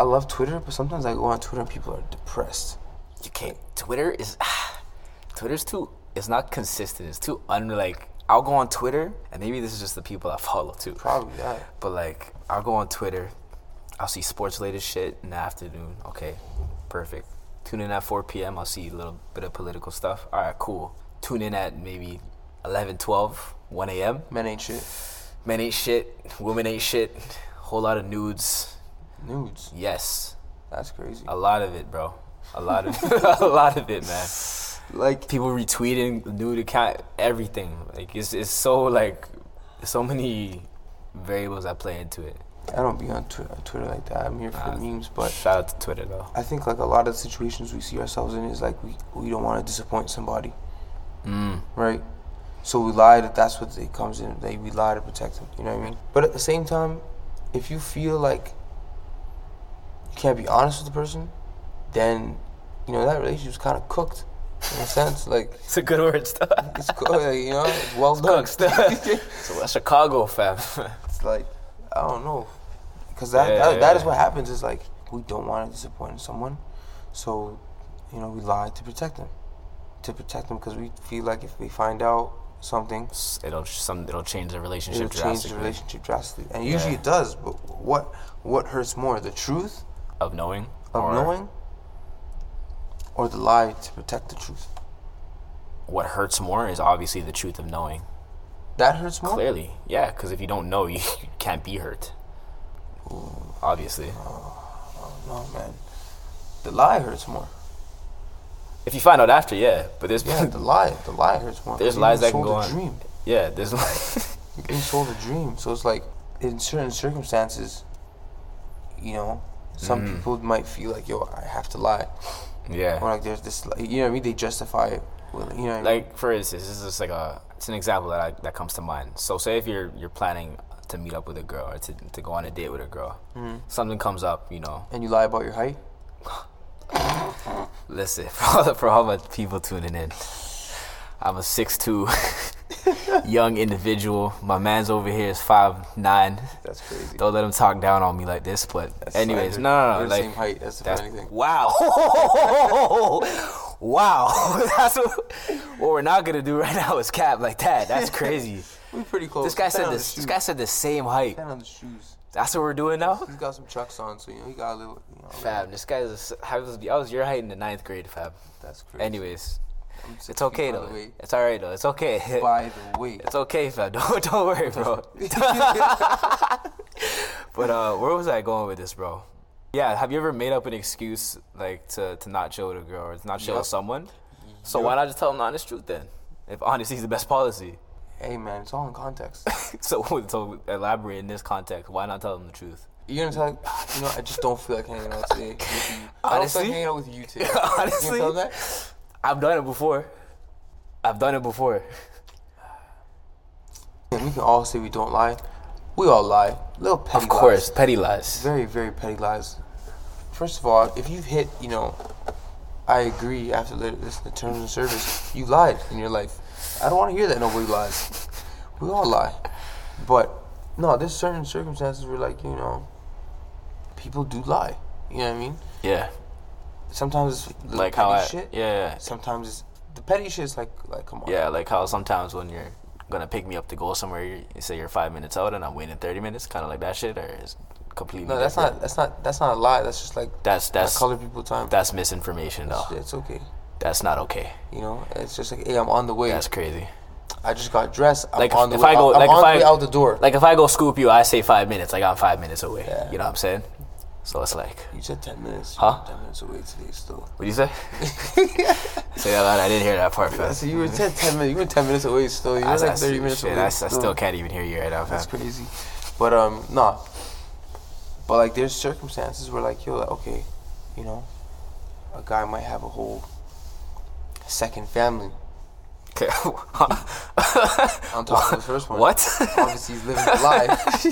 I love Twitter, but sometimes I go on Twitter and people are depressed. you can't. Twitter is [SIGHS] Twitter's too. It's not consistent. It's too unlike. I'll go on Twitter, and maybe this is just the people I follow too. Probably that. But like, I'll go on Twitter. I'll see sports related shit in the afternoon. Okay, perfect. Tune in at 4 p.m. I'll see a little bit of political stuff. All right, cool. Tune in at maybe 11, 12, 1 a.m. Men ain't shit. Men ain't shit. Women ain't shit. Whole lot of nudes. Nudes. Yes, That's crazy. a lot of it, bro. A lot of [LAUGHS] a lot of it, man. Like, People retweeting nude account, everything. Like it's it's so like so many variables that play into it. I don't be on Twitter, Twitter like that. I'm here for the memes, but Shout out to Twitter though. I think like a lot of situations we see ourselves in is like we, we don't want to disappoint somebody, Mm. right? So we lie that that's what it comes in. They we lie to protect them. You know what I mean? But at the same time, if you feel like you can't be honest with the person, then you know that relationship's kind of cooked in a sense. Like It's a good word stuff. it's cooked. [LAUGHS] you know, it's well done. [LAUGHS] cooked. [LAUGHS] so that's Chicago fam. [LAUGHS] it's like I don't know, because that, Yeah, that, yeah, that is yeah. what happens. Is like we don't want to disappoint someone, so you know we lie to protect them, to protect them because we feel like if we find out something, it'll some it'll change the relationship it'll change drastically the relationship drastically, and usually it does. But what what hurts more, the truth of knowing of or knowing, or the lie to protect the truth? what hurts more is obviously the truth of knowing. That hurts more. Clearly, yeah, because if you don't know, [LAUGHS] you can't be hurt. Obviously, No man, the lie hurts more. if you find out after, yeah, but there's Yeah, the lie, the lie hurts more. There's You lies being that can sold go a on. Dream. [LAUGHS] yeah, there's [LAUGHS] like being sold a dream. So it's like in certain circumstances, you know, some Mm. people might feel like, yo, I have to lie, or yeah, like there's this, like, you know what I mean? They justify it. With, you know, what I mean? like for instance, this is just like a it's an example that I, that comes to mind. So say if you're you're planning to meet up with a girl or to, to go on a date with a girl, Mm-hmm. something comes up, you know, and you lie about your height. Listen, [LAUGHS] for all, the, for all my people tuning in, I'm a 6'2 [LAUGHS] young individual. My man's over here is 5'9. That's crazy. Don't let him talk down on me like this, but, anyways, slander. no, no, no. We're the like, same height. That's the that's- funny thing. Wow. [LAUGHS] wow. [LAUGHS] that's what, what we're not going to do right now is cap like that. [LAUGHS] That's crazy. We're pretty close. this guy Depending said on the this. This shoes. guy said the same height. Depending on the shoes. That's what we're doing now? He's got some chucks on, so you know he got a little. You know, Fab, this guy is. I was, I was your height in the ninth grade, Fab. That's crazy. Anyways, I'm six It's feet, okay by though. the way. It's all right though. It's okay. By the way, [LAUGHS] It's okay, fam. [LAUGHS] Don't, don't worry, bro. [LAUGHS] but uh, where was I going with this, bro? Yeah, have you ever made up an excuse like to, to not chill with a girl or to not chill Yup. with someone? So why not just tell them the honest truth then? If honesty is the best policy. [LAUGHS] [LAUGHS] hey man, it's all in context. So, [LAUGHS] so elaborate in this context. Why not tell them the truth? You're gonna tell, you know, I just don't feel like hanging out today. With you. I don't feel Honestly? like hanging out with you [LAUGHS] today. Honestly? you tell them that? I've done it before. I've done it before. And we can all say we don't lie. We all lie. Little petty Of course, lies. petty lies. Very, very petty lies. First of all, if you've hit, you know, I agree after li- listening to terms of service, you lied in your life. I don't want to hear that nobody lies. We all lie. But, no, there's certain circumstances where, like, you know, people do lie. You know what I mean? Yeah. Sometimes it's little Like petty how I. shit. Yeah. Sometimes it's. The petty shit is like, like, come on. Yeah, like how sometimes when you're gonna pick me up to go somewhere, you you say you're five minutes out and I'm waiting thirty minutes, kind of like that shit, or is completely No, that's different? not. That's not. That's not a lie. That's just like That's that's color people time. that's misinformation though. It's okay. That's not okay. You know, it's just like, hey, I'm on the way. That's crazy. I just got dressed. I'm Like, on the if way, I go, I'm like, on if the I, way out the door. Like, if I go scoop you, I say five minutes. Like, I'm five minutes away. Yeah. You know what I'm saying? So it's like, you said ten minutes. Huh? Ten minutes away today still. what do you [LAUGHS] say? say that loud. I didn't hear that part, fam. I said you were 10, 10 minutes. You were ten minutes away still. You were I- I- like thirty minutes shit, away. I, I still can't even hear you right now, fam. That's crazy. But um, nah. But like, there's circumstances where like, yo, like, okay, you know, a guy might have a whole second family Okay. on top of the first one. [LAUGHS] [LAUGHS] what? Obviously, he's living his [LAUGHS] life.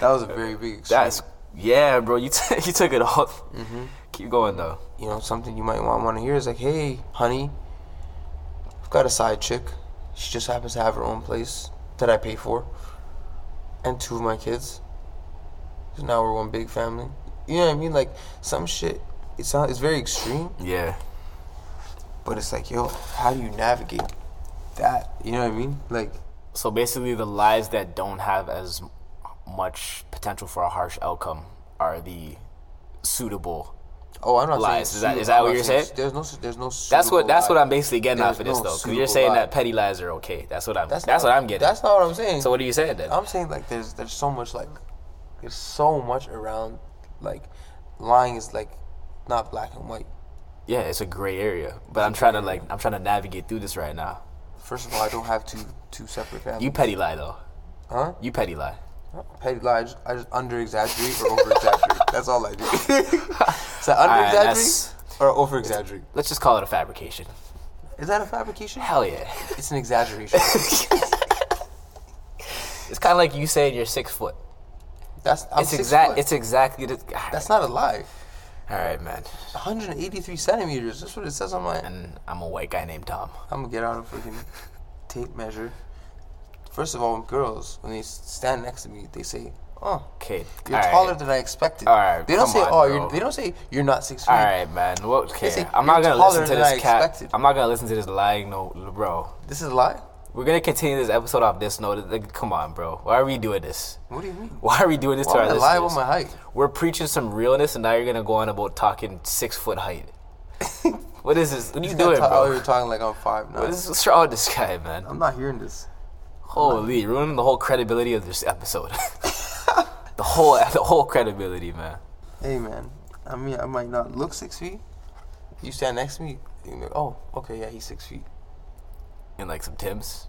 that was a very big. Extreme. That's yeah, bro. You t- [LAUGHS] you took it off. Mm-hmm. Keep going though. you know something you might want want to hear is like, hey, honey, I've got a side chick. She just happens to have her own place that I pay for, and two of my kids. So now we're one big family. You know what I mean? Like some shit. It's not. It's very extreme, Yeah. but it's like, yo, how do you navigate that? You know what I mean? Like, So basically, the lives that don't have as much potential for a harsh outcome are the suitable. oh, I'm not Lies. saying. Is that- suit- is that I'm what not you're saying? There's no. There's no. That's what suitable that's what lie. I'm basically getting There's off of this no though, because you're suitable saying lie. that petty lies are okay. That's what I'm. That's, not- what I'm getting. That's not what I'm saying. so what are you saying then? I'm saying like there's there's so much like there's so much around like lying is like not black and white. yeah, it's a gray area, but I'm trying to like I'm trying to navigate through this right now. First of all, I don't have two two separate families. You petty lie though. huh? You petty lie. Petty lie. I just, I just under exaggerate or over exaggerate. [LAUGHS] that's all I do. so under Alright, exaggerate that's- or over exaggerate. Let's just call it a fabrication. Is that a fabrication? Hell yeah. [LAUGHS] It's an exaggeration. It's kind of like you saying you're six foot. that's I'm it's six exact. foot. It's exactly. The, that's not a lie. [SIGHS] all right, man. 183 centimeters. That's what it says on my. And I'm a white guy named Tom. I'm gonna get out a freaking tape measure. First of all, with girls, when they s- stand next to me, they say, "Oh, Okay. you're all right. taller than I expected." Alright, they don't come say, on, "Oh, bro. you're." They don't say, "You're not six feet." All right, man. Well, okay. say I'm not you're gonna listen taller to than I this cat. expected. I'm not gonna listen to this lying, no, bro. This is a lie. We're gonna continue this episode off this note. Like, come on, bro. Why are we doing this? [LAUGHS] What do you mean? Why are we doing this Why to would our I lie listeners? about my height? We're preaching some realness, and now you're gonna go on about talking six foot height. [LAUGHS] what is this? What are you doing, Oh, bro? you're talking like I'm five now. What is what's wrong with this guy, man? I'm not hearing this. Holy, ruining the whole credibility of this [LAUGHS] episode. [LAUGHS] the whole, the whole credibility, man. Hey, man. I mean, I might not look six feet. You stand next to me. You know, oh, okay, yeah, he's six feet. And like some Tim's,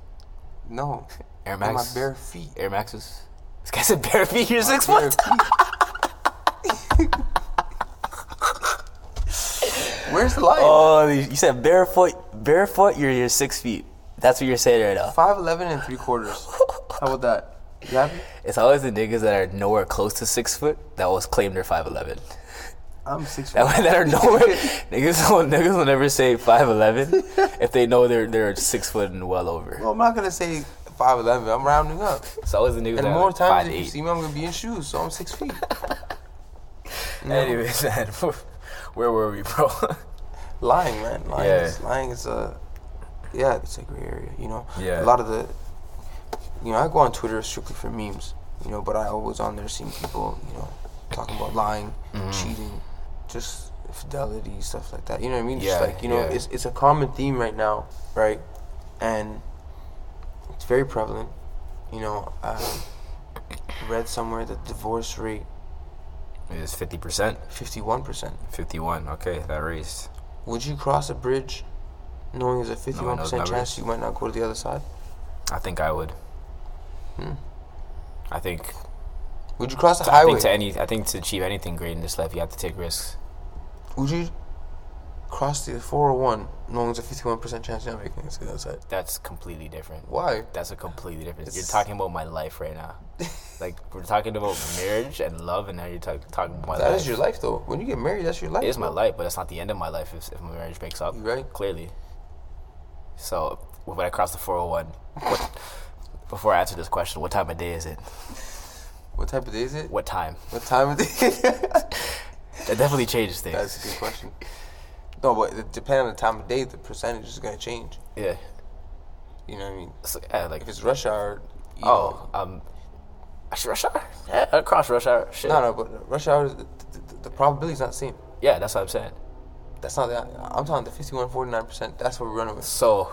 No, Air and my Max, bare feet. Air Maxes. This guy said bare feet. You're six Bare foot. feet. Where's the lie? Oh, you said barefoot. Barefoot. You're you're six feet. That's what you're saying right now. Five eleven and three quarters. How about that? You happy? It's always the niggas that are nowhere close to six foot that always claim they're five eleven. I'm six That, foot. that are nowhere. [LAUGHS] niggas, will, niggas will never say five eleven if they know they're they're six foot and well over. Well, I'm not gonna say five eleven. I'm rounding up. It's always the niggas And that more are five times if you eight. see me, I'm gonna be in shoes, so I'm six [LAUGHS] feet. Anyways, [LAUGHS] man, where were we, bro? lying, man. Lying, Yeah. is, lying is a yeah, it's a gray area. You know, Yeah. A lot of the, you know, I go on Twitter strictly for memes. You know, but I always on there seeing people, you know, talking about lying, Mm-hmm. cheating, just fidelity stuff like that. You know what I mean? Yeah, just like you know, yeah. it's it's a common theme right now, right? And it's very prevalent. You know, I read somewhere that divorce rate It's fifty percent. fifty one percent. 51. Okay, that raised. Would you cross a bridge knowing there's a 51% numbers. chance you might not go to the other side? I think I would. Hmm. I think. Would you cross the I highway? think to any. I think to achieve anything great in this life, you have to take risks. Would you cross the 401 knowing there's a 51% chance you're not making it to the other side? That's completely different. Why? That's a completely different. You're It's- talking about my life right [LAUGHS] now. like we're talking about marriage and love, and now you're talk, talking about my That life. is your life, though. When you get married, that's your life. It is my bro. life, but it's not the end of my life if, if my marriage breaks up. You're right. Clearly. So when I cross the 401, what, before I answer this question, what time of day is it? What type of day is it? What time? What time of day? [LAUGHS] That definitely changes things. that's a good question. No, but it- depending on the time of day, the percentage is going to change. yeah. You know what I mean? So, yeah, like If it's rush hour, you Oh, um, actually, rush hour? Yeah, across rush hour. Shit. know, no, no, but rush hour, the, the, the probability is not the same. Yeah, that's what I'm saying. That's [LAUGHS] not the, I'm talking the 51, 49%. That's what we're running with. So,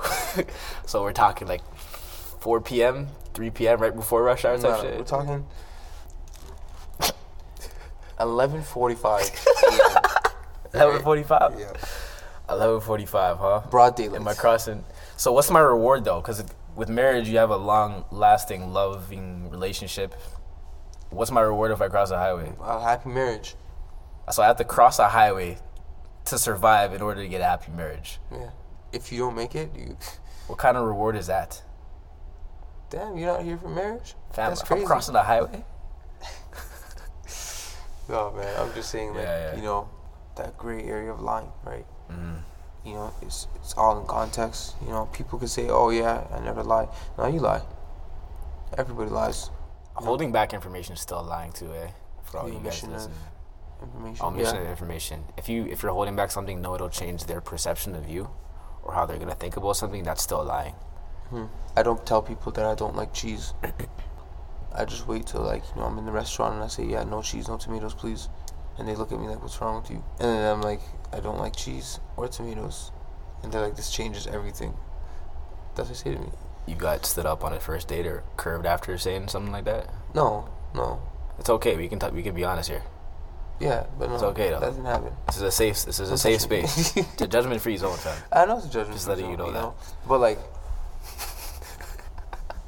so we're talking like 4 p.m., 3 p.m. right before rush hour type No, shit. We're talking [LAUGHS] 11:45. Eleven forty-five. yeah, Eleven forty-five, huh? broad daylight. Am I crossing? So what's my reward though? Because with marriage, you have a long-lasting, loving relationship. What's my reward if I cross a highway? a happy marriage. So I have to cross a highway to survive in order to get a happy marriage. Yeah. If you don't make it, you What kind of reward is that? damn, you're not here for marriage. Fam, That's if crazy. I'm crossing a highway. No, man. I'm just saying, like, Yeah, you Mm-hmm. yeah. know, that gray area of lying, right? You know, it's it's all in context. You know, people could say, "Oh yeah, I never lie." No, you lie. Everybody lies. Holding back information is still lying too, eh? For all The you guys omission of listening. Information. Omission yeah. of information. If you if you're holding back something, no, it'll change their perception of you or how they're gonna think about something, that's still lying. I don't tell people that I don't like cheese. [CLEARS THROAT] I just wait till like you know I'm in the restaurant and I say, "Yeah, no cheese, no tomatoes, please," and they look at me like, "What's wrong with you?" And then I'm like, "I don't like cheese or tomatoes," and they're like, "This changes everything." That's what they say to me. You got stood up on a first date or curved after saying something like that. No, no, It's okay. We can talk. We can be honest here. yeah, but no, It's okay, though. that doesn't happen. This is a safe. This is a safe space. [LAUGHS] it's a judgment-free zone, fam. I know it's a judgment. Just letting zone, you know that. But like, [LAUGHS]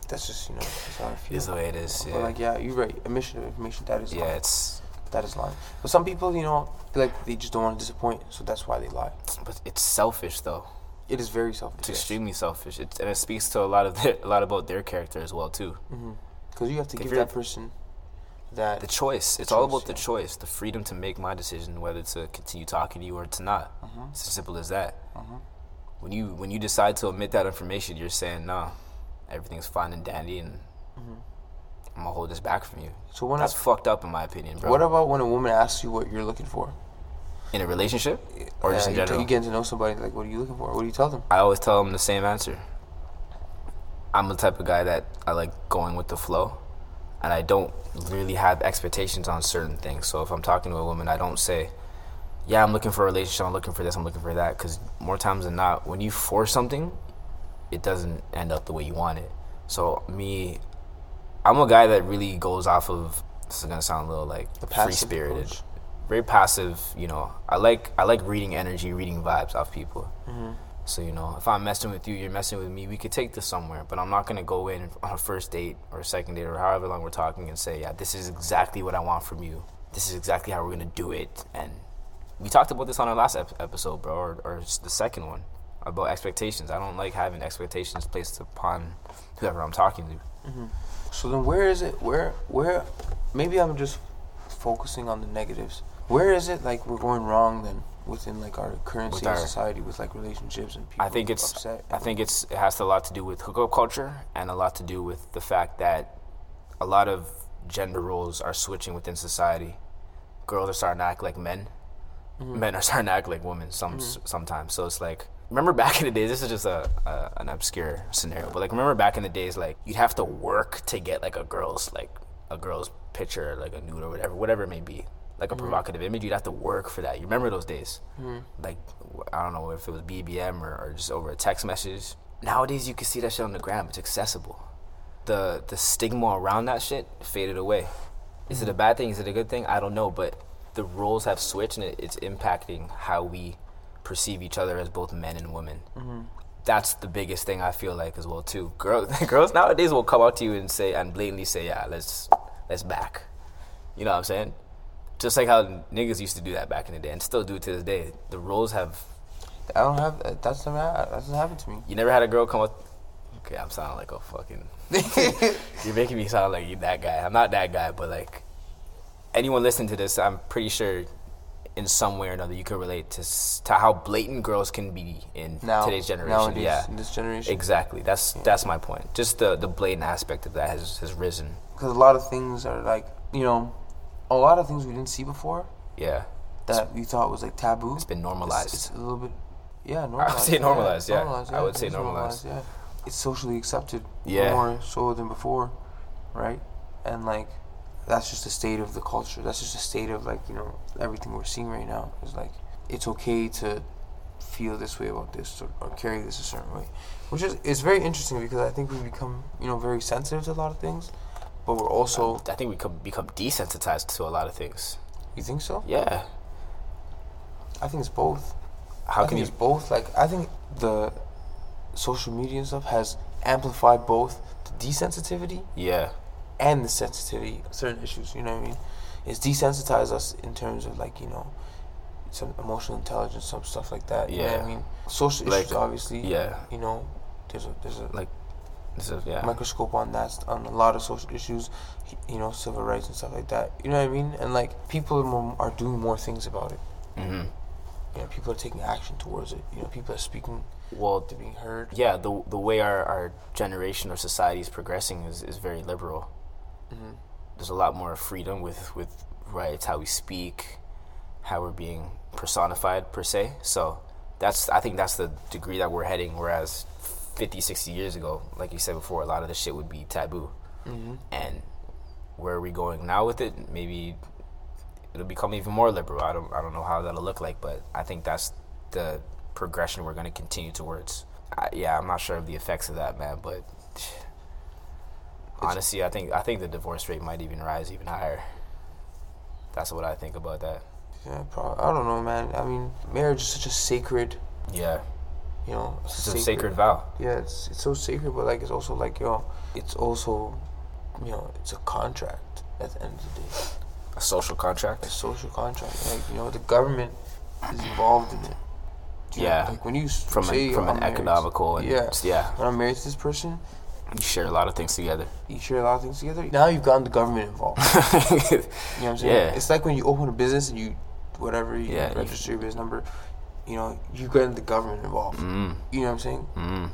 that's just you know that's how I feel. It is the way it is. But Yeah. like, yeah, you're right. Omission of information that is Yeah. It's That is lying. But some people, you know, feel like they just don't want to disappoint, so that's why they lie. but it's selfish though. It is very selfish. It's extremely selfish. It's, and it speaks to a lot of their, a lot about their character as well too. Because Mm-hmm. you have to If give you're- that person that. The choice. it's all choice, about the yeah. choice. The freedom to make my decision whether to continue talking to you or to not. Uh-huh. It's as simple as that. When you when you decide to omit that information, you're saying no. Everything's fine and dandy, and I'm gonna hold this back from you. so when I, That's fucked up in my opinion, bro. Mm-hmm. what about when a woman asks you what you're looking for, in a relationship or Yeah, just in you, t- general? you get to know somebody like, what are you looking for? What do you tell them? I always tell them the same answer. I'm the type of guy that I like going with the flow, and I don't really have expectations on certain things. So if I'm talking to a woman, I don't say, "Yeah, I'm looking for a relationship. I'm looking for this. I'm looking for that." Because more times than not, when you force something, it doesn't end up the way you want it. So me, I'm a guy that really goes off of. This is gonna sound a little like free passive spirited, approach. very passive. You know, I like I like reading energy, reading vibes off people. So you know, if I'm messing with you, you're messing with me. We could take this somewhere, but I'm not gonna go in on a first date or a second date or however long we're talking and say, yeah, this is exactly what I want from you. This is exactly how we're gonna do it. And we talked about this on our last ep- episode, bro, or, or s- the second one about expectations. I don't like having expectations placed upon whoever I'm talking to. So then, where is it? Where, where? Maybe I'm just focusing on the negatives. Where is it like we're going wrong then within like our current With state of our- society with like relationships and people? I think it's upset. I think it's it has a lot to do with hookup culture and a lot to do with the fact that a lot of gender roles are switching within society. Girls are starting to act like men. Men are starting to act like women some sometimes. So it's like remember back in the days. This is just a, a an obscure scenario, but like remember back in the days, like you'd have to work to get like a girl's like a girl's picture, like a nude or whatever, whatever it may be, like a provocative image. You'd have to work for that. You remember those days? Like I don't know if it was BBM or, or just over a text message. Nowadays, you can see that shit on the gram. It's accessible the the stigma around that shit faded away. Is it a bad thing? Is it a good thing? I don't know, but the roles have switched and it, it's impacting how we perceive each other as both men and women. That's the biggest thing I feel like as well too. Girls, [LAUGHS] girls nowadays will come out to you and say and blatantly say, "Yeah, let's let's back." You know what I'm saying? Just like how niggas used to do that back in the day and still do it to this day. The roles have. I don't have that. That's not, that doesn't happen to me. You never had a girl come up. Okay, I'm sounding like a fucking [LAUGHS] You're making me sound like you that guy. I'm not that guy, but like anyone listening to this, I'm pretty sure in some way or another you can relate to s- to how blatant girls can be in now today's generation. nowadays, yeah, in this generation. exactly. That's that's my point. Just the the blatant aspect of that has has risen. because a lot of things are like you know a lot of things we didn't see before Yeah, that we thought was like taboo it's been it's, normalized. it's a little bit yeah normalized, say normalized, yeah. I would it say is normalized. yeah it's socially accepted Yeah. more so than before right and like that's just the state of the culture that's just the state of like you know everything we're seeing right now is like it's okay to feel this way about this or, or carry this a certain way, which is it's very interesting because I think we become you know very sensitive to a lot of things, but we're also I think we could become desensitized to a lot of things. you think so? Yeah. I think it's both. How I can think you? it's both. Like I think the social media and stuff has amplified both the desensitivity Yeah. and the sensitivity of certain issues. You know what I mean? It's desensitized us in terms of like you know some emotional intelligence, some stuff like that. You know what Yeah. I mean, social Like, issues obviously. yeah. You know, there's a there's a Like, This is- yeah. microscope on that st- on a lot of social issues, you know, civil rights and stuff like that. You know what I mean? And like people are more- are doing more things about it. hmm You know, people are taking action towards it. You know, people are speaking. Well, They're being heard. yeah. The the way our, our generation or society is progressing is, is very liberal. Mhm. There's a lot more freedom with with rights, how we speak, how we're being personified per se. So that's I think that's the degree that we're heading. Whereas 50, 60 years ago, like you said before, a lot of this shit would be taboo. Mm-hmm. and where are we going now with it maybe it'll become even more liberal i don't i don't know how that'll look like but i think that's the progression we're going to continue towards I, yeah i'm not sure of the effects of that man but honestly i think i think the divorce rate might even rise even higher that's what i think about that Yeah, probably. I don't know, man. I mean, marriage is such a sacred, yeah you know, it's a sacred vow Yeah, it's it's so sacred, but like it's also like yo, it's also, you know, it's a contract at the end of the day. a social a contract social contract. Like you know, the government is involved in it. You know, Yeah. like when you s- from say an, from I'm an married- economical and yeah, yeah. when I'm married to this person, you share a lot of things together [LAUGHS] you share a lot of things together. Now you've gotten the government involved. You know what I'm saying? [LAUGHS] Yeah. It's like when you open a business and you, whatever, you Yeah, you- register your business number. You know, you've gotten the government involved. mm, You know what I'm saying? mm,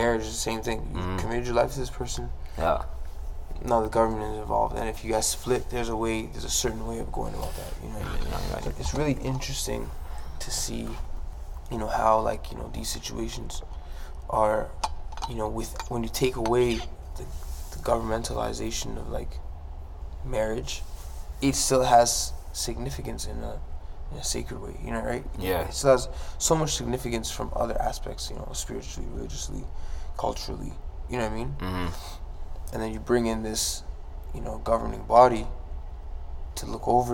Marriage is the same thing. You Mm. committed your life to this person. yeah Now the government is involved, and if you guys split, there's a way, there's a certain way of going about that. You know what I mean? it's really interesting to see, you know, how like you know these situations are, you know, with when you take away the, the governmentalization of like marriage, it still has significance in a in a sacred way, you know, right? yeah It still has so much significance from other aspects, you know, spiritually, religiously, culturally, you know what I mean? mm and then you bring in this, you know, governing body to look over,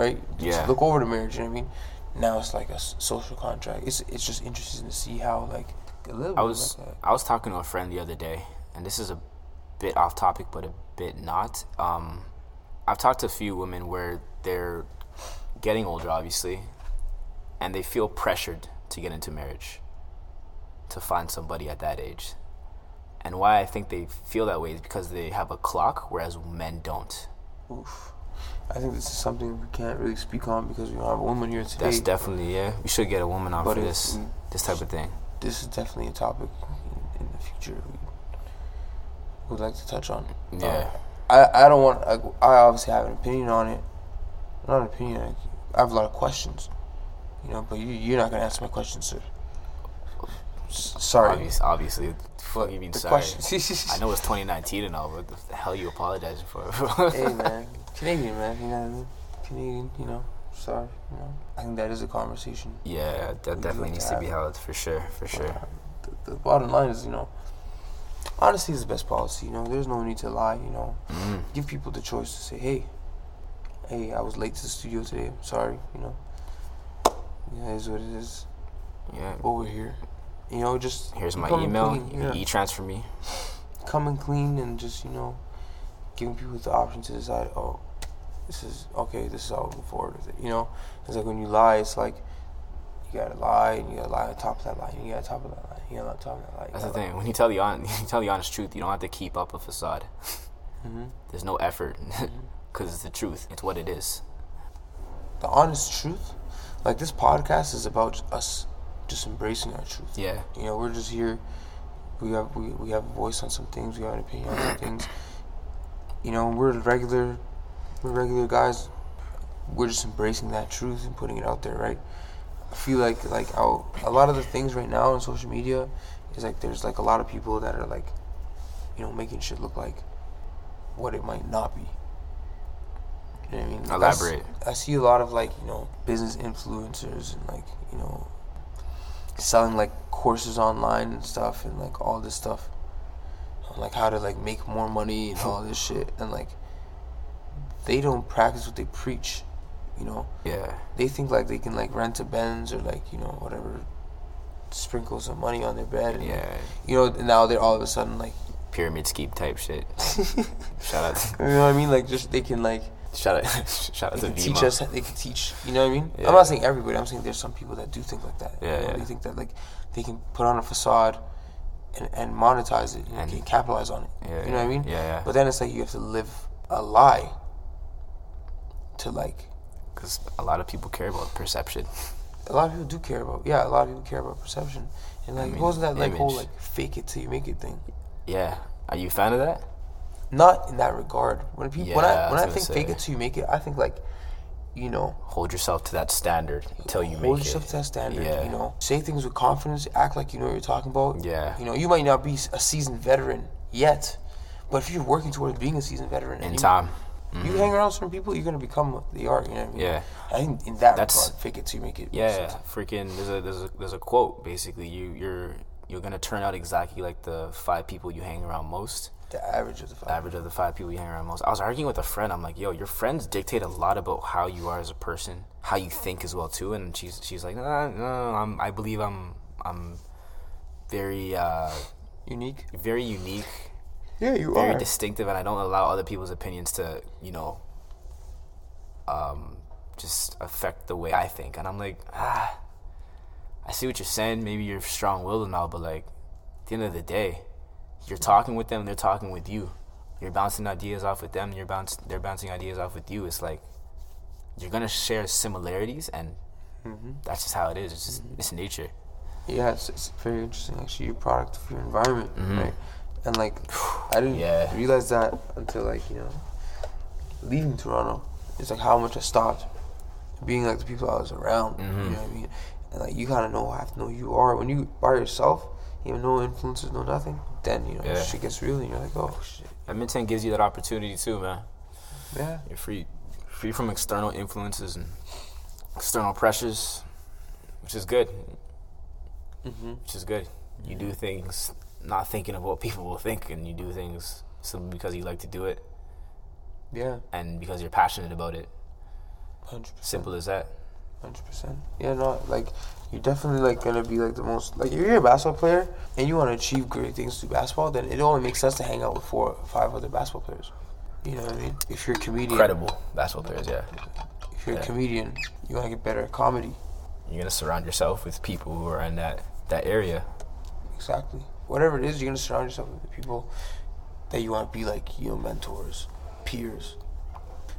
right? Yeah. To look over the marriage. You know what I mean? Now it's like a s- social contract. It's it's just interesting to see how like a little bit I was like that. I was talking to a friend the other day, and this is a bit off topic, but a bit not. Um, I've talked to a few women where they're getting older, obviously, and they feel pressured to get into marriage, to find somebody at that age. And why I think they feel that way is because they have a clock, whereas men don't. Oof. I think this is something we can't really speak on because we don't have a woman here today. That's definitely yeah. We should get a woman on But mm. for if this we- this type of thing. this is definitely a topic in, in the future we would like to touch on. Um, Yeah. I, I don't want like, I obviously have an opinion on it. Not an opinion. Like, I have a lot of questions, you know. But you you're not gonna answer my question, sir. S- sorry. Obvious, obviously. Fuck but you mean the sorry. question. [LAUGHS] I know it's 2019 and all, but what the hell you apologizing for? hey man, Canadian man, you know what I mean? Canadian, you know. Sorry, you know. I think that is a conversation. [LAUGHS] yeah, that We definitely need needs to to be have- held for sure, for sure. The, the bottom line is, you know, honesty is the best policy. You know, there's no need to lie. You know, Mm. give people the choice to say, hey, hey, I was late to the studio today. I'm sorry, you know. Yeah, it is what it is. Yeah. But we're here. You know, just Here's my come and email. E clean, You can yeah. e-transfer me. come and clean and just you know, giving people the option to decide. Oh, this is okay. This is how we move forward with it. You know, it's like when you lie, it's like you gotta lie and you gotta lie on top of that lie. and You gotta top of that lie. You gotta lie on top of that lie. That's the thing. When you tell the on, [LAUGHS] you tell the honest truth, you don't have to keep up a facade. hmm There's no effort, [LAUGHS] Mm-hmm. because it's the truth. It's what it is. The honest truth, like this podcast is about us just embracing our truth. Yeah. You know, we're just here. We have we, we have a voice on some things. We have an opinion on some things. You know, we're regular. We're regular guys. We're just embracing that truth and putting it out there, right? I feel like like i a lot of the things right now on social media is like there's like a lot of people that are like, you know, making shit look like what it might not be. You know what I mean? Like, I s- Elaborate. I see a lot of like you know business influencers and like you know selling like courses online and stuff and like all this stuff on like how to like make more money and all this shit and like they don't practice what they preach you know Yeah. they think like they can like rent a Benz or like you know whatever sprinkle some money on their bed and Yeah. you know and now they're all of a sudden like Pyramid scheme type [LAUGHS] shit. shout out to, [LAUGHS] you know what I mean like just they can like shout out [LAUGHS] shout out they to can teach Vima. us they can teach you know what I mean Yeah. I'm not saying everybody I'm saying there's some people that do think like that you Yeah, know, yeah. they think that like they can put on a facade and, and monetize it and, And- can capitalize on it Yeah, you know what I yeah, mean yeah, yeah. but then it's like you have to live a lie to like Because a lot of people care about perception. a lot of people do care about yeah a lot of people care about perception and like mean, what was that like whole image. like fake it till you make it thing Yeah. Are you a fan of that? not in that regard when people when Yeah, i I when was i gonna think fake say. it till you make it i think like you know Hold yourself to that standard until you hold make yourself it. to that standard Yeah. you know say things with confidence act like you know what you're talking about Yeah. you know you might not be a seasoned veteran yet but if you're working towards being a seasoned veteran In you, time. Mm-hmm. you hang around certain people you're gonna become what they are you know what I mean? Yeah. i think in that That's- regard fake it till you make it Yeah, freaking. There's a there's a there's a quote basically. You you're you're gonna turn out exactly like the five people you hang around most. the average of the The five average of the five people you hang around most. I was arguing with a friend. I'm like, yo, your friends dictate a lot about how you are as a person, how you think as well too. And she's she's like, nah, no, I'm I believe I'm I'm very uh unique very unique, yeah you very are distinctive, and I don't allow other people's opinions to you know um just affect the way I think. And I'm like, ah, I see what you're saying. Maybe you're strong willed and all, but like, at the end of the day, you're talking with them, they're talking with you. You're bouncing ideas off with them, you're bounce, they're bouncing ideas off with you. It's like, you're gonna share similarities, and that's just how it is. It's just, it's nature. Yeah, it's, it's very interesting. Actually, you're a product of your environment, right? And like, I didn't Mm-hmm. Yeah. realize that until like you know, leaving Toronto. It's like how much I stopped being like the people I was around. Mm-hmm. You know what I mean? And like, you gotta know have to know who you are when you by yourself. You have no influences, no nothing. Then you know Yeah. shit gets real, and you're like, oh shit, Edmonton gives you that opportunity too, man. yeah. You're free, free from external influences and external pressures, which is good. Mm-hmm. Which is good. You do things not thinking of what people will think, and you do things simply because you like to do it Yeah, and because you're passionate about it. hundred percent. Simple as that. Hundred percent. Yeah, no, like you're definitely like gonna be like the most like if you're a basketball player and you want to achieve great things through basketball, then it only makes sense to hang out with four, or five other basketball players. You know what I mean? If you're a comedian, Credible basketball players, yeah. if you're yeah. a comedian, you want to get better at comedy. You're gonna surround yourself with people who are in that that area. Exactly. Whatever it is, you're gonna surround yourself with the people that you want to be like, you know, mentors, peers.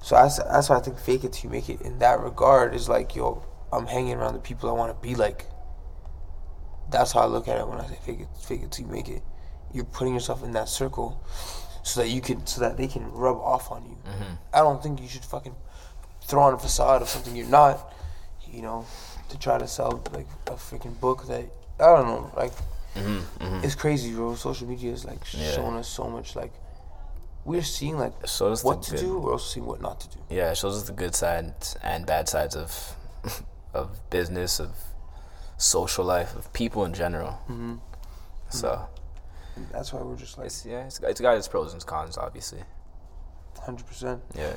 So that's that's why I think fake it till you make it. In that regard, is like, yo, I'm hanging around the people I want to be like. That's how I look at it when I say fake it, fake it till you make it. You're putting yourself in that circle so that you can, so that they can rub off on you. I don't think you should fucking throw on a facade of something you're not, you know, to try to sell like a freaking book that I don't know, like it's crazy, bro. Social media is like Yeah. showing us so much. Like we're seeing like So does the what to good- do, we're also seeing what not to do. Yeah, it shows us the good sides and bad sides of [LAUGHS] of business, of social life, of people in general. Mm-hmm. So And that's why we're just like it's yeah, it's, it's got its pros and cons, obviously. 100. percent Yeah,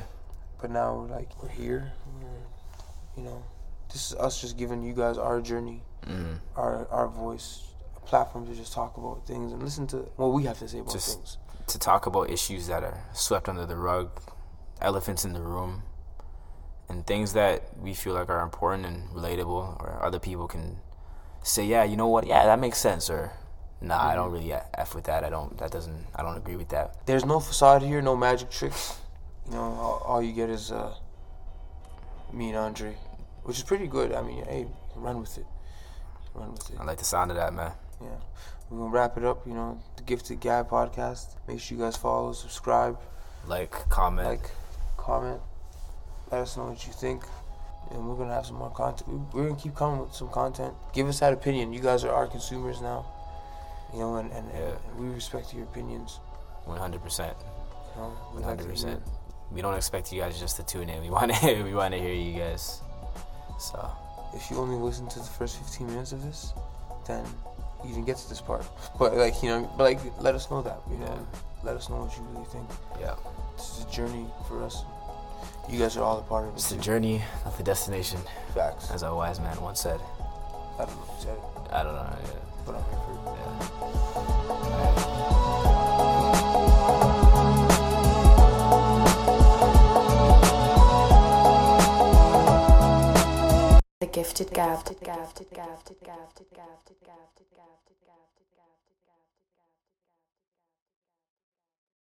But now we're like we're here. We're, you know, this is us just giving you guys our journey, Mm. our our voice, a platform to just talk about things and listen to what we have to say about Just- things. to talk about issues that are swept under the rug, elephants in the room, and things that we feel like are important and relatable, or other people can say, yeah, you know what, yeah, that makes sense, or nah, I don't really f with that. I don't. That doesn't. I don't agree with that. There's no facade here, no magic tricks. You know, all, all you get is uh, me and Andre, which is pretty good. I mean, hey, run with it, run with it. I like the sound of that, man. Yeah. We're gonna wrap it up, you know, the Gifted Guy podcast. Make sure you guys follow, subscribe, Like, comment. like, comment, let us know what you think. And we're gonna have some more content. We- We're gonna keep coming with some content. Give us that opinion. You guys are our consumers now, you know, and, and, Yeah. and we respect your opinions. One hundred percent. You know, we One like to hundred hear percent. it. We don't expect you guys just to tune in. We want to. [LAUGHS] We want to hear you guys. So If you only listen to the first 15 minutes of this, then you didn't get to this part. But like you know, but like let us know that you know, let us know what you really think. Yeah. This is a journey for us. You guys are all a part of it. It's the too. journey, not the destination, Facts. as a wise man once said. I don't know who said it, I don't know. but I'm here for it. Yeah. yeah. The gifted gab.